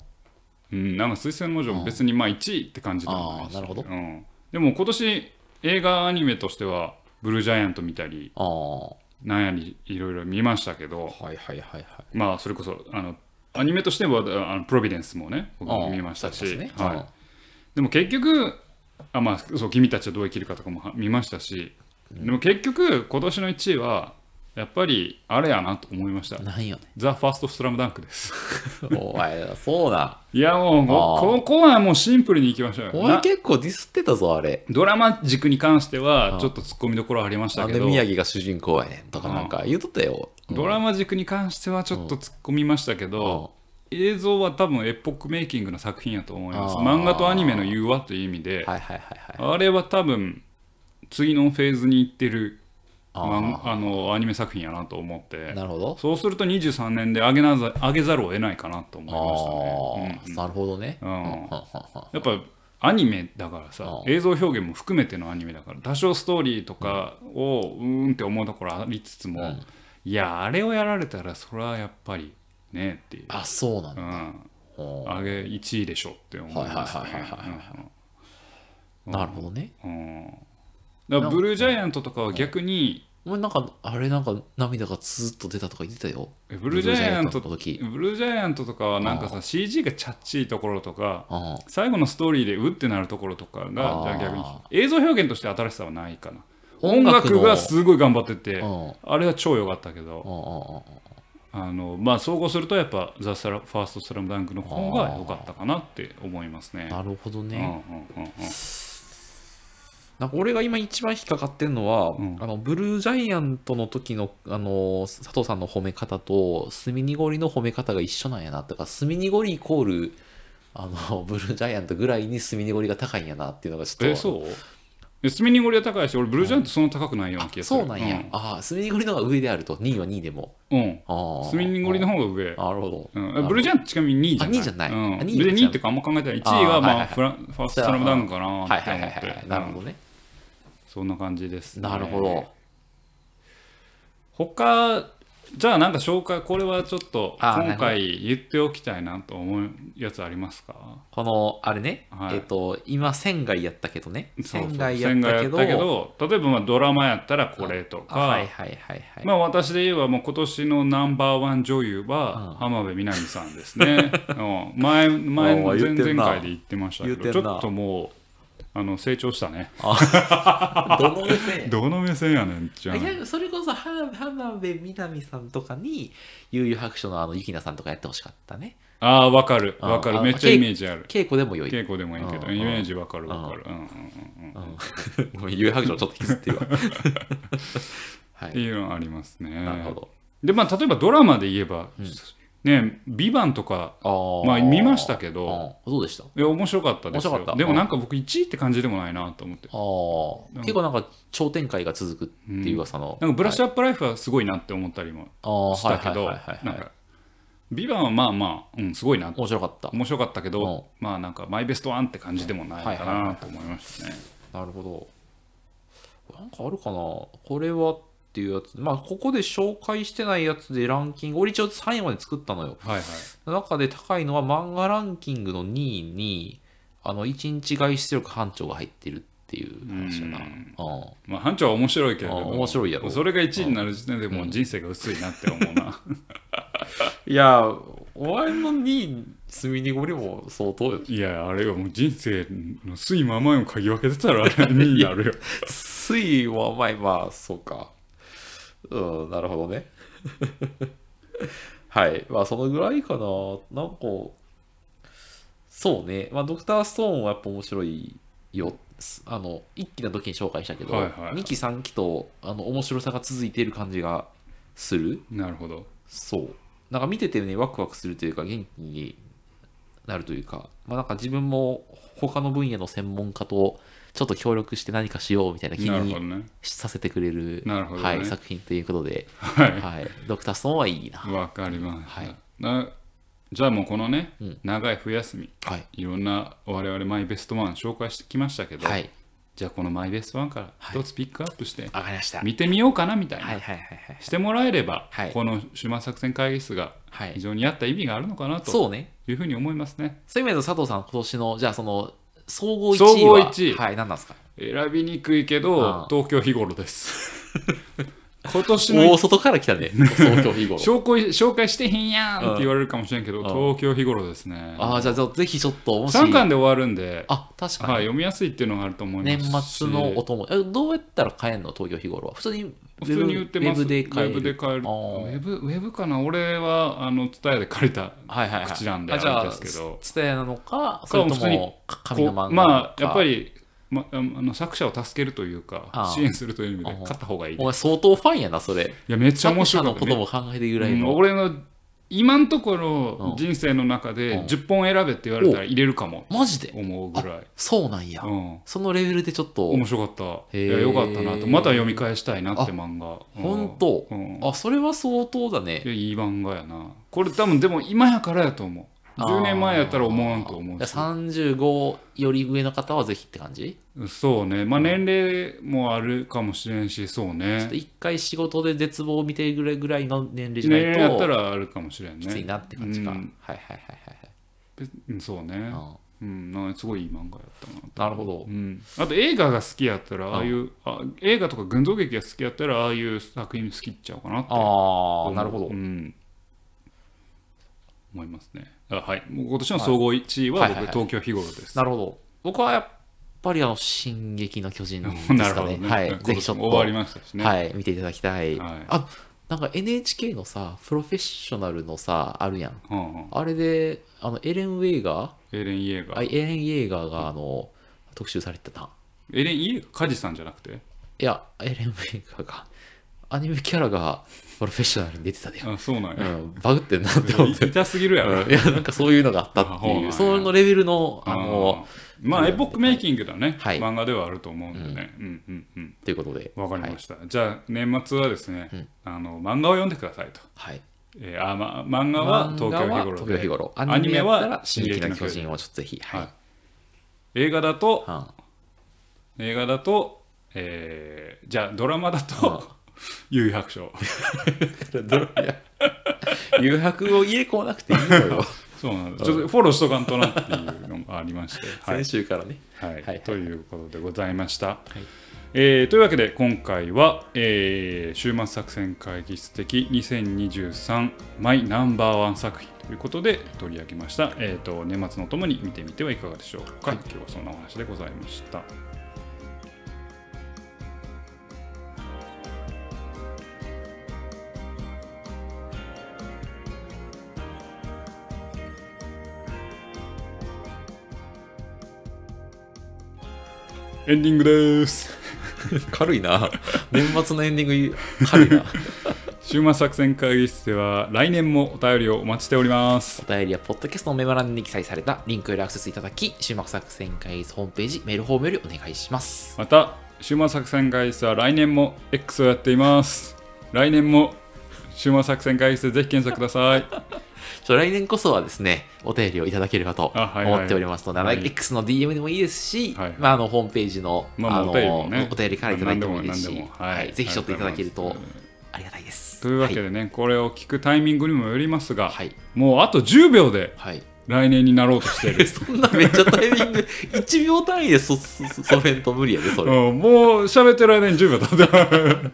[SPEAKER 1] うんなんか「推薦の女」も別にまあ1位って感じではないし
[SPEAKER 2] あーなるほど
[SPEAKER 1] うん、でも今年映画アニメとしては「ブルージャイアント」見たり
[SPEAKER 2] ああ
[SPEAKER 1] なんやりいろいろ見ましたけど
[SPEAKER 2] はいはいはいはい
[SPEAKER 1] まあそれこそあのアニメとしてはあのプロビデンスもね僕
[SPEAKER 2] あ
[SPEAKER 1] も
[SPEAKER 2] あ
[SPEAKER 1] 見ましたし
[SPEAKER 2] そうですね
[SPEAKER 1] はい
[SPEAKER 2] うん
[SPEAKER 1] でも結局あ、まあ、そう君たちはどう生きるかとかもは見ましたしでも結局今年の1位はやっぱりあれやなと思いました
[SPEAKER 2] なんよね
[SPEAKER 1] ザ・ファースト・スラムダンクです
[SPEAKER 2] お前そうだ
[SPEAKER 1] いやもう
[SPEAKER 2] あ
[SPEAKER 1] こ
[SPEAKER 2] ー
[SPEAKER 1] ここはもうシンプルにいきましょうよ
[SPEAKER 2] お 前
[SPEAKER 1] な
[SPEAKER 2] 結構ディスってたぞあれ
[SPEAKER 1] ドラマ軸に関しては
[SPEAKER 2] あー
[SPEAKER 1] ちょっと突っ込みどころありまし
[SPEAKER 2] な
[SPEAKER 1] た
[SPEAKER 2] ん
[SPEAKER 1] け
[SPEAKER 2] で
[SPEAKER 1] ど
[SPEAKER 2] 宮城が主人公やねんとかなんか言うとったよ。
[SPEAKER 1] ドラマ軸に関してはちょっと突っ込みましたけど映像は多分エポックメイキングの作品やと思います
[SPEAKER 2] あー
[SPEAKER 1] 漫画とアニメの融和という意味で、
[SPEAKER 2] はいはいはいはい。
[SPEAKER 1] あれは多分次のフェーズに行ってる
[SPEAKER 2] あ
[SPEAKER 1] ま
[SPEAKER 2] ー
[SPEAKER 1] あ、あのアニメ作品やなと思って
[SPEAKER 2] なるほど。
[SPEAKER 1] そうすると23年で上げなざ上げざるを得ないかなと思いましたね、
[SPEAKER 2] ああ、なるほどね。
[SPEAKER 1] うんうん
[SPEAKER 2] はんはんはん
[SPEAKER 1] やっぱアニメだからさ
[SPEAKER 2] うん
[SPEAKER 1] 映像表現も含めてのアニメだから多少ストーリーとかをうーんって思うところありつつも、
[SPEAKER 2] うん
[SPEAKER 1] いやあれをやられたらそれはやっぱりねっていう、
[SPEAKER 2] あ、そうなん
[SPEAKER 1] う
[SPEAKER 2] だ。
[SPEAKER 1] ん、
[SPEAKER 2] ほう
[SPEAKER 1] 上げ1位でしょって思います
[SPEAKER 2] はい
[SPEAKER 1] ね
[SPEAKER 2] はいはいはいはいはい
[SPEAKER 1] うんうん
[SPEAKER 2] なるほどね。
[SPEAKER 1] うんだからブルージャイアントとかは逆に、
[SPEAKER 2] お前なんか、あれなんか涙がツーッと出たとか言ってたよ。
[SPEAKER 1] えブルージャイアント
[SPEAKER 2] ブルージャイアンの時。
[SPEAKER 1] ブルージャイアントとかはなんか
[SPEAKER 2] あ
[SPEAKER 1] さ CG がチャッチいところとか
[SPEAKER 2] ああ
[SPEAKER 1] 最後のストーリーでうってなるところとかがじ
[SPEAKER 2] あー
[SPEAKER 1] ゃあ逆に映像表現として新しさはないかな音
[SPEAKER 2] 音楽
[SPEAKER 1] 楽
[SPEAKER 2] の
[SPEAKER 1] がすごい頑張ってて
[SPEAKER 2] うん。
[SPEAKER 1] あれは超良かったけ
[SPEAKER 2] う
[SPEAKER 1] ど
[SPEAKER 2] んうんうん
[SPEAKER 1] あのまあ総合するとやっぱ「ザ・スラファースト・スラムダンクの方が良かったかなって思いますね。
[SPEAKER 2] なるほど
[SPEAKER 1] う
[SPEAKER 2] ね。
[SPEAKER 1] んうんうんうん
[SPEAKER 2] なんか俺が今一番引っかかってるのは、
[SPEAKER 1] うん
[SPEAKER 2] あのブルージャイアントの時のあの佐藤さんの褒め方と墨濁りの褒め方が一緒なんやなとか墨濁りイコールあの ブルージャイアントぐらいに墨濁りが高いんやなっていうのがちょっと
[SPEAKER 1] えそうスミニゴリは高いし俺ブルージャイアントそんな高くないような
[SPEAKER 2] あ
[SPEAKER 1] 気がする
[SPEAKER 2] そうなんや、ああ墨濁りの方が上であると2位は2位でも
[SPEAKER 1] うんうん
[SPEAKER 2] ああ
[SPEAKER 1] スミニゴリの方が上
[SPEAKER 2] あなるほど、
[SPEAKER 1] うん
[SPEAKER 2] なるほど
[SPEAKER 1] ブルージャイアントちなみに2位じゃない
[SPEAKER 2] あ2位じゃない
[SPEAKER 1] うん
[SPEAKER 2] あ2位
[SPEAKER 1] で
[SPEAKER 2] じゃない
[SPEAKER 1] 2位ってかあんま考えてない1位
[SPEAKER 2] あ
[SPEAKER 1] は
[SPEAKER 2] ー
[SPEAKER 1] ま
[SPEAKER 2] は
[SPEAKER 1] あ
[SPEAKER 2] いはいはい
[SPEAKER 1] フランファーストスラムダンクかな
[SPEAKER 2] はい
[SPEAKER 1] って
[SPEAKER 2] はい
[SPEAKER 1] 思
[SPEAKER 2] はい
[SPEAKER 1] っ
[SPEAKER 2] は
[SPEAKER 1] て
[SPEAKER 2] いなるほど
[SPEAKER 1] うん
[SPEAKER 2] ね、
[SPEAKER 1] そんな感じですね
[SPEAKER 2] なるほど
[SPEAKER 1] 他じゃあなんか紹介これはちょっと
[SPEAKER 2] あー
[SPEAKER 1] 今回言っておきたいなと思うやつありますか
[SPEAKER 2] このあれね、
[SPEAKER 1] はい
[SPEAKER 2] えっ、と今仙外やったけどね
[SPEAKER 1] そうそう
[SPEAKER 2] 仙外やったけど
[SPEAKER 1] 仙台やったけど例えばまあドラマやったらこれとか、
[SPEAKER 2] あはいはいはいはい、
[SPEAKER 1] まあ私で言えばもう今年のナンバーワン女優は浜辺美波さんです ね。うん前前
[SPEAKER 2] お
[SPEAKER 1] 前
[SPEAKER 2] ー言って
[SPEAKER 1] 前
[SPEAKER 2] んな
[SPEAKER 1] 々回で言ってましたけ
[SPEAKER 2] 言
[SPEAKER 1] どち
[SPEAKER 2] ってんな
[SPEAKER 1] ょっともうあの成長したね。
[SPEAKER 2] どの目線
[SPEAKER 1] どの目線やねんじゃん。
[SPEAKER 2] いやそれこそは浜辺美波さんとかに悠々白書のあのゆきなさんとかやってほしかったね
[SPEAKER 1] ああーわかる
[SPEAKER 2] あ
[SPEAKER 1] わかる
[SPEAKER 2] あ
[SPEAKER 1] めっちゃイメージある。
[SPEAKER 2] 稽古でもよい
[SPEAKER 1] 稽古でもいいけど
[SPEAKER 2] うん
[SPEAKER 1] イメージわかるわかる。うんうんうんうんっ
[SPEAKER 2] うん ごめん悠々白書ちょっと引きずってる わは
[SPEAKER 1] て
[SPEAKER 2] い
[SPEAKER 1] いうのありますね。
[SPEAKER 2] なるほ
[SPEAKER 1] でまあ例えばドラマで言えば、ねビバンとか
[SPEAKER 2] ど
[SPEAKER 1] まあ見ました
[SPEAKER 2] け
[SPEAKER 1] けど。
[SPEAKER 2] どうでしたあ
[SPEAKER 1] いや面白かったです
[SPEAKER 2] 面白か
[SPEAKER 1] よ
[SPEAKER 2] った
[SPEAKER 1] でもなんか僕1位って感じでもないなと思って
[SPEAKER 2] あ結構なんか超展開が続くっていう噂の
[SPEAKER 1] なんかブラッシ
[SPEAKER 2] ュ
[SPEAKER 1] ュアップライフはすごいなって思ったりも
[SPEAKER 2] し
[SPEAKER 1] したけど、
[SPEAKER 2] はいはいはい
[SPEAKER 1] な
[SPEAKER 2] は
[SPEAKER 1] ん
[SPEAKER 2] いはい
[SPEAKER 1] か、ビバンはまあまあ、うん、すごいな、
[SPEAKER 2] 面白かった
[SPEAKER 1] 面白かったけ
[SPEAKER 2] うん
[SPEAKER 1] ど、まあなんか、マイベストワンって感じでもないか
[SPEAKER 2] はいはいはいは
[SPEAKER 1] ないと思いましたね。
[SPEAKER 2] なるほど。なんかあるかなこれはっていうやつ。まあ、ここで紹介してないやつでランキング、俺一応3位まで作ったのよ。
[SPEAKER 1] はいはい。
[SPEAKER 2] 中で高いのは漫画ランキングの2位に、あの、1日外出力班長が入ってるっていう話だな。
[SPEAKER 1] う
[SPEAKER 2] うん。
[SPEAKER 1] まあ、班長は面白いけれど
[SPEAKER 2] あ面白いやろ
[SPEAKER 1] それが1位になる時点でもう人生が薄いなって思うな。
[SPEAKER 2] いや、お前の2位、隅にごりも相当よ。
[SPEAKER 1] いや、あれはもう人生の薄いままを嗅ぎ分けてたら、あれ2位になるよ。
[SPEAKER 2] 水位はまあまあ、そうか。うん、なるほどね。 はい。まあ、そのぐらいかな。なんか、そうね。まあ、ドクターストーンはやっぱ面白いよ。すあの、1期の時に紹介したけど、
[SPEAKER 1] はいはいはい
[SPEAKER 2] 2期、3期と、あの、面白さが続いている感じがする。
[SPEAKER 1] なるほど。
[SPEAKER 2] そう。なんか見ててね、ワクワクするというか、元気になるというか、まあなんか自分も他の分野の専門家とちょっと協力して何かしようみたいな気
[SPEAKER 1] なるほど
[SPEAKER 2] に
[SPEAKER 1] ね。
[SPEAKER 2] させてくれる
[SPEAKER 1] なるほどね
[SPEAKER 2] はい、作品ということで、
[SPEAKER 1] はい。
[SPEAKER 2] はい、ドクターストーンはいいな。
[SPEAKER 1] わかります。
[SPEAKER 2] はい
[SPEAKER 1] なじゃあもうこのね、
[SPEAKER 2] ん
[SPEAKER 1] 長い冬休み、
[SPEAKER 2] はい。
[SPEAKER 1] いろんな我々マイベストワン紹介してきましたけど、
[SPEAKER 2] はい。
[SPEAKER 1] じゃあこのマイベストワンから
[SPEAKER 2] はい
[SPEAKER 1] 一つピックアップして
[SPEAKER 2] わかりました。はい
[SPEAKER 1] 見てみようかなみたいな、
[SPEAKER 2] はいはいはい。
[SPEAKER 1] してもらえれば、
[SPEAKER 2] はい
[SPEAKER 1] この島作戦会議室が
[SPEAKER 2] は
[SPEAKER 1] 非
[SPEAKER 2] い、
[SPEAKER 1] 常にあった意味があるのかなと
[SPEAKER 2] そうね。
[SPEAKER 1] いうふうに思いますね。
[SPEAKER 2] そういう意味で佐藤さん、今年の、じゃあその、総合1位は
[SPEAKER 1] 総合一位
[SPEAKER 2] はい、何なんですか
[SPEAKER 1] 選びにくいけ
[SPEAKER 2] あ
[SPEAKER 1] ど
[SPEAKER 2] あ東
[SPEAKER 1] 東京日頃です 今年の
[SPEAKER 2] 大外から来 たね、東京日頃。
[SPEAKER 1] 紹介紹介してへんやんって言われるかもしれんけど、
[SPEAKER 2] ん
[SPEAKER 1] 東京日頃ですね
[SPEAKER 2] ああ、じゃあぜひちょっと、もし、
[SPEAKER 1] 3巻で終わるんで
[SPEAKER 2] あ、確かに。
[SPEAKER 1] はい、読みやすいっていうのがあると思い
[SPEAKER 2] 年
[SPEAKER 1] ますし
[SPEAKER 2] 末のお供えどうやったら買えんの東京日頃は普通に
[SPEAKER 1] 普通に売ってます
[SPEAKER 2] ウェブで買える
[SPEAKER 1] ウェブで買えるウ
[SPEAKER 2] あー
[SPEAKER 1] ェブウェブかな俺はあの蔦屋で借りた
[SPEAKER 2] はいはいはい
[SPEAKER 1] 口なんで
[SPEAKER 2] あじゃ
[SPEAKER 1] あ
[SPEAKER 2] あ
[SPEAKER 1] れですけど
[SPEAKER 2] ツタヤなのかそれと
[SPEAKER 1] 普通に
[SPEAKER 2] もか紙の漫画
[SPEAKER 1] こ
[SPEAKER 2] な
[SPEAKER 1] う
[SPEAKER 2] のか
[SPEAKER 1] まあやっぱり、ま、あの作者を助けるというか
[SPEAKER 2] あー
[SPEAKER 1] 支援するという意味で
[SPEAKER 2] あー
[SPEAKER 1] 買った方がいい
[SPEAKER 2] お
[SPEAKER 1] い
[SPEAKER 2] 前相当ファンやなそれ
[SPEAKER 1] やめっちゃ面白
[SPEAKER 2] 作者
[SPEAKER 1] か
[SPEAKER 2] の
[SPEAKER 1] った、
[SPEAKER 2] こと
[SPEAKER 1] ね
[SPEAKER 2] も考えてぐら
[SPEAKER 1] う
[SPEAKER 2] い
[SPEAKER 1] ん、
[SPEAKER 2] の、
[SPEAKER 1] 俺の今のとこ
[SPEAKER 2] う
[SPEAKER 1] ろ
[SPEAKER 2] ん
[SPEAKER 1] 人生の中
[SPEAKER 2] う
[SPEAKER 1] で
[SPEAKER 2] ん
[SPEAKER 1] 10本選べって言われたら入れるかも
[SPEAKER 2] マジで
[SPEAKER 1] 思うぐらい、
[SPEAKER 2] そうなんや、
[SPEAKER 1] うん、
[SPEAKER 2] そのレベルでちょっと
[SPEAKER 1] 面白かった
[SPEAKER 2] へ
[SPEAKER 1] い
[SPEAKER 2] ー
[SPEAKER 1] やよかったなとまた読み返したいなって漫画うん
[SPEAKER 2] 本当、
[SPEAKER 1] うん
[SPEAKER 2] あそれは相当だ
[SPEAKER 1] い
[SPEAKER 2] ね
[SPEAKER 1] やいい漫画やなこれ多分でも今やからやと思う10年前やったら思わんと思
[SPEAKER 2] じ
[SPEAKER 1] う
[SPEAKER 2] ゃ
[SPEAKER 1] し
[SPEAKER 2] あ35より上の方はぜひって感じ
[SPEAKER 1] そうねまあ年齢もあるかもしれんしそう
[SPEAKER 2] ちょっと
[SPEAKER 1] ね
[SPEAKER 2] 一回仕事で絶望を見てるぐらいの年齢じ
[SPEAKER 1] 年
[SPEAKER 2] ゃない
[SPEAKER 1] 齢
[SPEAKER 2] と
[SPEAKER 1] やったらあるかもしれん
[SPEAKER 2] きつい
[SPEAKER 1] ね
[SPEAKER 2] なって感じか、
[SPEAKER 1] うん
[SPEAKER 2] はいはいはいはいはい
[SPEAKER 1] うんそうね
[SPEAKER 2] うん
[SPEAKER 1] うん、なんかすごいいい漫画やったな
[SPEAKER 2] なるほど
[SPEAKER 1] う。ん、あと映画が好きやったらああいうあ映画とか群像劇が好きやったらああいう作品好きっちゃうかなって
[SPEAKER 2] ああ、なるほど
[SPEAKER 1] う。ん、思いますねあはいもう今年の総合1位は
[SPEAKER 2] はい
[SPEAKER 1] 僕、
[SPEAKER 2] はいはい
[SPEAKER 1] 東京日頃です、
[SPEAKER 2] なるほど。僕はやっぱりあの、進撃の巨人で
[SPEAKER 1] な
[SPEAKER 2] す
[SPEAKER 1] る
[SPEAKER 2] か
[SPEAKER 1] ほど
[SPEAKER 2] ね。
[SPEAKER 1] ね
[SPEAKER 2] はい。ぜ
[SPEAKER 1] 今
[SPEAKER 2] ひち
[SPEAKER 1] 年
[SPEAKER 2] ょっ
[SPEAKER 1] も
[SPEAKER 2] と、
[SPEAKER 1] 終わりましたしね、
[SPEAKER 2] はい、見ていただきたい。
[SPEAKER 1] はい
[SPEAKER 2] あ、なんか NHK のさ、プロフェッショナルのさ、あるやん。
[SPEAKER 1] うんうん
[SPEAKER 2] あれで、あの、エレン・ウェイガ
[SPEAKER 1] エレン・イエー
[SPEAKER 2] ー
[SPEAKER 1] ガ
[SPEAKER 2] あ
[SPEAKER 1] ー
[SPEAKER 2] エレン・イエーガーが、あの、特集されてたな。
[SPEAKER 1] エレン・イエーガーカジさんじゃなくて
[SPEAKER 2] いや、エレン・ウェイガーが、アニメキャラがプロフェッショナルに出てたで。
[SPEAKER 1] あそうなん
[SPEAKER 2] う
[SPEAKER 1] や、
[SPEAKER 2] ん、バグってんなって思って。
[SPEAKER 1] 痛すぎるやろ、
[SPEAKER 2] うんいや、なんかそういうのがあったってい
[SPEAKER 1] あ
[SPEAKER 2] う、
[SPEAKER 1] そうなんや
[SPEAKER 2] そのレベルの、あの、
[SPEAKER 1] うんまあエポックメイキングだね、
[SPEAKER 2] はい
[SPEAKER 1] 漫画ではあると思うんでね、うん、うんうん
[SPEAKER 2] ということで。
[SPEAKER 1] わかりました、じゃあ年末はですね、あの漫画を読んでくださいと、
[SPEAKER 2] はい。
[SPEAKER 1] えーあま、漫画は東京日頃
[SPEAKER 2] 漫画は東京
[SPEAKER 1] で
[SPEAKER 2] 日頃
[SPEAKER 1] ア
[SPEAKER 2] ア
[SPEAKER 1] ニ
[SPEAKER 2] ニ
[SPEAKER 1] メ
[SPEAKER 2] メ
[SPEAKER 1] は
[SPEAKER 2] は進撃の巨
[SPEAKER 1] 進撃
[SPEAKER 2] 人をちょっとぜひ。はい。
[SPEAKER 1] はい映画だと
[SPEAKER 2] は
[SPEAKER 1] 映画だと、えーじゃあドラマだ
[SPEAKER 2] うん
[SPEAKER 1] と「 幽遊白書
[SPEAKER 2] いや誘惑を入れこなくていいのよ。」
[SPEAKER 1] そうなんですちょっとフォローしとかんとなっていうのもありま して、はい
[SPEAKER 2] 先週からね。
[SPEAKER 1] はい
[SPEAKER 2] はい
[SPEAKER 1] ということでございました。えーというわけで今回は、えー週末作戦会議室的2023マイナンバーワン作品ということで取り上げました、えー、と年末のともに見てみてはいかがでしょうか、今日はそんなお話でございました。エンディングです
[SPEAKER 2] 軽いな。 年末のエンディング、軽い な。
[SPEAKER 1] 週末作戦会議室では来年もお便りをお待ちしております。
[SPEAKER 2] お便りは、ポッドキャストのメモ欄に記載されたリンクよりアクセスいただき、週末作戦会議室ホームページ、メールフォームよりお願いします。
[SPEAKER 1] また、週末作戦会議室は来年も X をやっています。来年も週末作戦会議室でぜひ検索ください。
[SPEAKER 2] ちょ来年こそはですね、お便りをいただければと
[SPEAKER 1] あはいはい
[SPEAKER 2] 思っておりますので、
[SPEAKER 1] はい
[SPEAKER 2] X の DM でもいいですし、
[SPEAKER 1] はいはい
[SPEAKER 2] まあ、あのホームページの,、
[SPEAKER 1] まあまあ
[SPEAKER 2] の
[SPEAKER 1] お便りもね
[SPEAKER 2] お便りからいただいてもいいですし、
[SPEAKER 1] 何でも何でもはい
[SPEAKER 2] ぜひちょっといただけ
[SPEAKER 1] ありが
[SPEAKER 2] る
[SPEAKER 1] と
[SPEAKER 2] と
[SPEAKER 1] うござい
[SPEAKER 2] ありがたいです。
[SPEAKER 1] というわけでね、これを聞くタイミングにもよりますが、
[SPEAKER 2] はい、はい
[SPEAKER 1] もうあと10秒で
[SPEAKER 2] はい。
[SPEAKER 1] 来年になろうとして
[SPEAKER 2] え
[SPEAKER 1] る。
[SPEAKER 2] そんなめっちゃタイミング、1秒 単位でそ、そ、そそれんと無理やで、それ。
[SPEAKER 1] うんもう喋ってる間に10秒経った。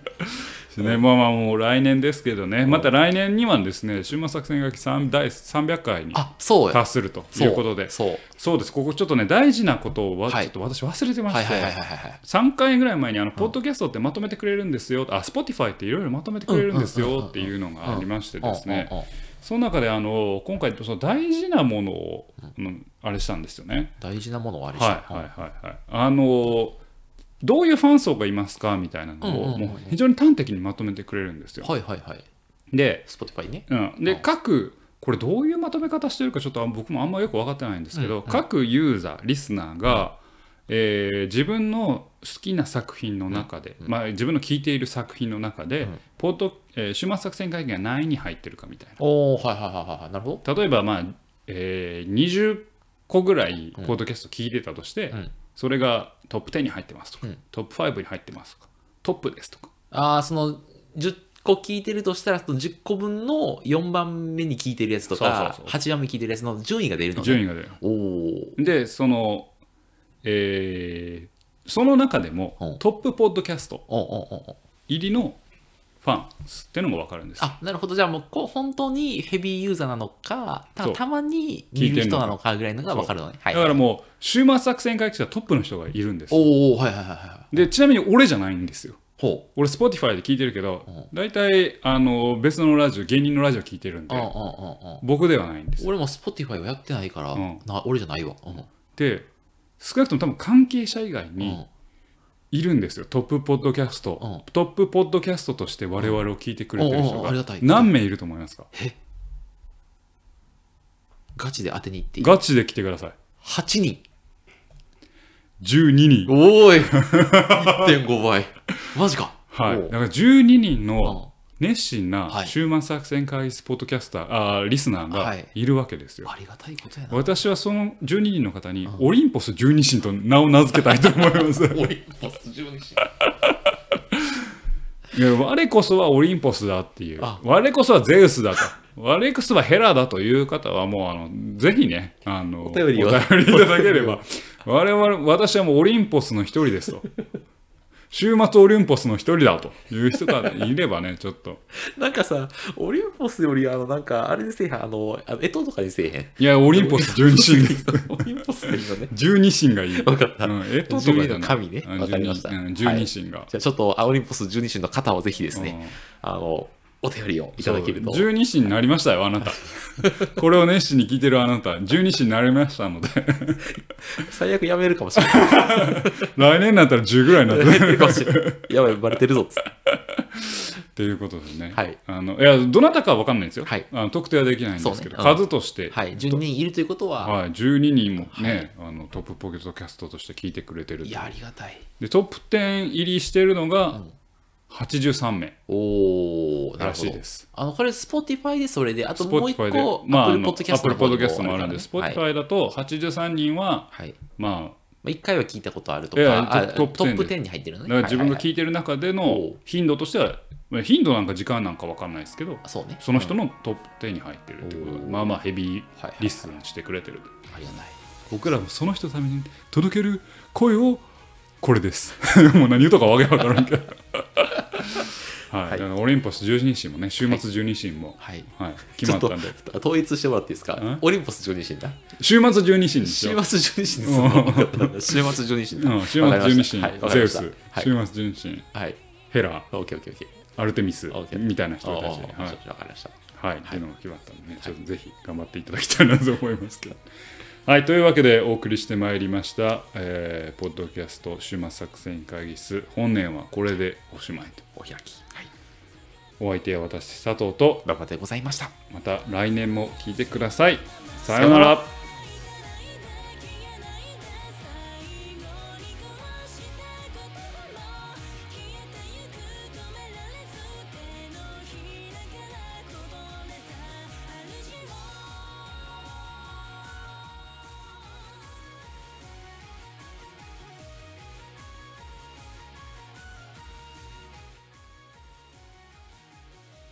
[SPEAKER 1] ね、まあまあもう来年ですけどね、また来年にはですね、週末作戦書き3第300回に
[SPEAKER 2] あ、そうや。
[SPEAKER 1] 達すると
[SPEAKER 2] そ
[SPEAKER 1] いうことで、
[SPEAKER 2] そう。
[SPEAKER 1] そうです、ここちょっとね、大事なことをわ
[SPEAKER 2] は
[SPEAKER 1] ち
[SPEAKER 2] い
[SPEAKER 1] ょっと私、忘れてま
[SPEAKER 2] はい
[SPEAKER 1] し
[SPEAKER 2] はいはい
[SPEAKER 1] て
[SPEAKER 2] は、いはい。
[SPEAKER 1] 3回ぐらい前に、あのポッドキャストってまとめてくれるんですよ、あ、Spotify っていろいろまとめてくれるんです
[SPEAKER 2] うんうんうん
[SPEAKER 1] よ
[SPEAKER 2] うん
[SPEAKER 1] っていうのがありましてです
[SPEAKER 2] うん
[SPEAKER 1] ね、
[SPEAKER 2] うんうん
[SPEAKER 1] その中であの今回、その大事なものをうんあれしたんですよね。
[SPEAKER 2] 大事なものはあれし
[SPEAKER 1] はい
[SPEAKER 2] た。
[SPEAKER 1] はいはいはい。あのどういうファン層がいますかみたいなのを、
[SPEAKER 2] うんうんうんうん
[SPEAKER 1] もう非常に端的にまとめてくれるんですよ。
[SPEAKER 2] はいはいはい。
[SPEAKER 1] で、
[SPEAKER 2] Spotify ね。
[SPEAKER 1] うん、で
[SPEAKER 2] うん
[SPEAKER 1] 各これどういうまとめ方してるかちょっとあ僕もあんまよく分かってないんですけど、各ユーザーリスナーが、えー自分の好きな作品の中で、まあ、自分の聴いている作品の中で、ポートえー、週末作戦会議が何位に入ってるかみたい
[SPEAKER 2] おー、はいはいはいはいはい。なるほ
[SPEAKER 1] な例えば、まあえー20個ぐらいポッドキャスト聞いてたとして、
[SPEAKER 2] うん
[SPEAKER 1] それがトップ10に入ってますとか、
[SPEAKER 2] うん
[SPEAKER 1] トップ5に入ってますとかトップですとか
[SPEAKER 2] ど。あー、その、10個聞いてるとしたら、その10個分の4番目に聞いてるやつとか
[SPEAKER 1] そうそう、そう
[SPEAKER 2] 8番目に聞いてるやつの順位が出るのね
[SPEAKER 1] 順位が出る。
[SPEAKER 2] おー。
[SPEAKER 1] でその、えーその中でも、
[SPEAKER 2] うん
[SPEAKER 1] トップポッドキャスト
[SPEAKER 2] おんおんおんおん
[SPEAKER 1] 入りのファンってのが分かるんですよ
[SPEAKER 2] あなるほどじゃあもうこう本当にヘビーユーザーなのかた
[SPEAKER 1] そう
[SPEAKER 2] たまに
[SPEAKER 1] 聞
[SPEAKER 2] 見
[SPEAKER 1] いて
[SPEAKER 2] る
[SPEAKER 1] んの
[SPEAKER 2] 人
[SPEAKER 1] か
[SPEAKER 2] なのかぐらいのが分かるのねはい
[SPEAKER 1] だからもう週末作戦会議室はトップの人がいるんですよ
[SPEAKER 2] おおはいはいはいは
[SPEAKER 1] でちなみに俺じゃないんですよ
[SPEAKER 2] いほ
[SPEAKER 1] 俺 Spotify で聞いてるけど
[SPEAKER 2] うん
[SPEAKER 1] 大体あの別のラジオ芸人のラジオ聞いてるん
[SPEAKER 2] ううんうんう
[SPEAKER 1] で
[SPEAKER 2] んうん
[SPEAKER 1] 僕ではないんですよ
[SPEAKER 2] 俺も Spotify はやってないから、
[SPEAKER 1] うん
[SPEAKER 2] な俺じゃないわ、うん
[SPEAKER 1] で少なくとも多分関係者以外
[SPEAKER 2] う
[SPEAKER 1] に
[SPEAKER 2] ん
[SPEAKER 1] いるんですよトップポッドキャスト、
[SPEAKER 2] う
[SPEAKER 1] トップポッドキャストとして我々を聞いてくれてる
[SPEAKER 2] うん
[SPEAKER 1] 人
[SPEAKER 2] うんうんありがたい
[SPEAKER 1] 何名いると思いますか
[SPEAKER 2] ガチで当てに行っていい
[SPEAKER 1] ガチで来てください
[SPEAKER 2] 8人
[SPEAKER 1] 12人
[SPEAKER 2] お ーい1.5倍マジか
[SPEAKER 1] はい
[SPEAKER 2] お
[SPEAKER 1] だ
[SPEAKER 2] う
[SPEAKER 1] から12人
[SPEAKER 2] うん
[SPEAKER 1] の熱心
[SPEAKER 2] は
[SPEAKER 1] ない週末作戦会議スポットキャスター、あーリスナーが
[SPEAKER 2] はい
[SPEAKER 1] いるわけですよ、
[SPEAKER 2] ありがたいことやな
[SPEAKER 1] 私はその12人の方にオリンポス12神と名を名付けたいと思い ます
[SPEAKER 2] オリンポス12神
[SPEAKER 1] いや我こそはオリンポスだっていう
[SPEAKER 2] あ
[SPEAKER 1] 我こそはゼウスだと悪い癖はヘラだという方は、もうあのぜひね、あの
[SPEAKER 2] お便りを
[SPEAKER 1] 便りいただければ、我々、私はもうオリンポスの一人です と。週末オリンポスの一人だという人がいればね、ちょっと。
[SPEAKER 2] なんかさ、オリンポスより、あの、なんか、あれにせえへん、あの、あの干支とかにせえへん。
[SPEAKER 1] いや、オリンポス純神です。
[SPEAKER 2] オリンポスでいいのね。
[SPEAKER 1] 十二神がいい。
[SPEAKER 2] わかった
[SPEAKER 1] うん、えっと、とかじ
[SPEAKER 2] 12
[SPEAKER 1] ゃな
[SPEAKER 2] の
[SPEAKER 1] い
[SPEAKER 2] 神ね。
[SPEAKER 1] うん
[SPEAKER 2] わかりました。
[SPEAKER 1] 12うん十
[SPEAKER 2] はい
[SPEAKER 1] 二
[SPEAKER 2] じ
[SPEAKER 1] 神が。
[SPEAKER 2] ゃあちょっと、あオリンポス12神の方をぜひです
[SPEAKER 1] う
[SPEAKER 2] ね
[SPEAKER 1] ん、
[SPEAKER 2] あの、お便りをいただけると。
[SPEAKER 1] そう十二神になりましたよ、あなた。 これを熱心に聞いてるあなた、十二神になりましたので、
[SPEAKER 2] 最悪やめるかもしれない。
[SPEAKER 1] 来年になったら10ぐらいになってる
[SPEAKER 2] やめるかもしれない。やばい、バレてるぞっつって。
[SPEAKER 1] っていうことですね。
[SPEAKER 2] はい
[SPEAKER 1] あのいやどなたかは分かんないですよ、
[SPEAKER 2] はい
[SPEAKER 1] あの。特定はできないんですけど、
[SPEAKER 2] そうねうん
[SPEAKER 1] 数として、
[SPEAKER 2] はい、12人いるということは、
[SPEAKER 1] はい、12人もね、あのトップポケットキャストとして聞いてくれてる
[SPEAKER 2] いや、ありがたい。
[SPEAKER 1] でトップ10入りしてるのが
[SPEAKER 2] ん
[SPEAKER 1] 83名
[SPEAKER 2] おー、なる
[SPEAKER 1] ら
[SPEAKER 2] ほ
[SPEAKER 1] しい
[SPEAKER 2] ど
[SPEAKER 1] で。す。
[SPEAKER 2] あの、これ、Spotify でそれで、あともう一
[SPEAKER 1] Spotify で、
[SPEAKER 2] 個、
[SPEAKER 1] まあ、あ
[SPEAKER 2] Apple
[SPEAKER 1] の
[SPEAKER 2] Podcast の
[SPEAKER 1] Apple
[SPEAKER 2] 方に
[SPEAKER 1] Podcast もあるんで、
[SPEAKER 2] からねはい
[SPEAKER 1] Spotify だと83人は、
[SPEAKER 2] はい。
[SPEAKER 1] ま
[SPEAKER 2] まあ、1回は聞いたことあると
[SPEAKER 1] いや
[SPEAKER 2] か、あ
[SPEAKER 1] トッ
[SPEAKER 2] ト
[SPEAKER 1] プ10
[SPEAKER 2] ップ
[SPEAKER 1] で
[SPEAKER 2] 10に入ってる
[SPEAKER 1] あ、
[SPEAKER 2] の
[SPEAKER 1] だか
[SPEAKER 2] ね。
[SPEAKER 1] ら自分が聞
[SPEAKER 2] い
[SPEAKER 1] いてる中で
[SPEAKER 2] はいはい
[SPEAKER 1] の頻度としては、まあ頻度なんか時間なんか分かんないですけど
[SPEAKER 2] た。、あそうね。
[SPEAKER 1] その人のトップ10に入ってるってことで、
[SPEAKER 2] おー
[SPEAKER 1] まあまあヘビー
[SPEAKER 2] はいはい
[SPEAKER 1] リスンしてくれてる。
[SPEAKER 2] ありがたい。
[SPEAKER 1] 僕らもその人のために届ける声をこれです もう何言うとかわけわからんけど はい、
[SPEAKER 2] はい
[SPEAKER 1] だからオリンポス十二神もね週末十二神も、
[SPEAKER 2] はい。
[SPEAKER 1] はい
[SPEAKER 2] ち
[SPEAKER 1] 決
[SPEAKER 2] ょ
[SPEAKER 1] まっ
[SPEAKER 2] っ
[SPEAKER 1] た
[SPEAKER 2] と
[SPEAKER 1] んで
[SPEAKER 2] 統一してもらっていいです
[SPEAKER 1] ん
[SPEAKER 2] かオリンポス12神だ。
[SPEAKER 1] 週末十二神です
[SPEAKER 2] 週
[SPEAKER 1] よ
[SPEAKER 2] 末12神ですよ。わかった週末12神
[SPEAKER 1] うん
[SPEAKER 2] だ。
[SPEAKER 1] 週末十二神、
[SPEAKER 2] わかりましたはい
[SPEAKER 1] ゼウス、
[SPEAKER 2] わかりまし
[SPEAKER 1] 週
[SPEAKER 2] たはい
[SPEAKER 1] 末十二神
[SPEAKER 2] はい。
[SPEAKER 1] ヘラ
[SPEAKER 2] オッケーオッケーオッケー。
[SPEAKER 1] アルテミス
[SPEAKER 2] オッケー
[SPEAKER 1] みたいな人
[SPEAKER 2] あ
[SPEAKER 1] たち
[SPEAKER 2] あ
[SPEAKER 1] はい、はい
[SPEAKER 2] わかりました。
[SPEAKER 1] っていうのが決まったんでね、ちょっとぜひ頑張っていただきたいなと思いますけどはいというわけでお送りしてまいりました、えーポッドキャスト週末作戦会議室本年はこれでおしまいと
[SPEAKER 2] お開き。はい。
[SPEAKER 1] お相手は私佐藤と
[SPEAKER 2] 馬場でございました。
[SPEAKER 1] また来年も聞いてくださいさようなら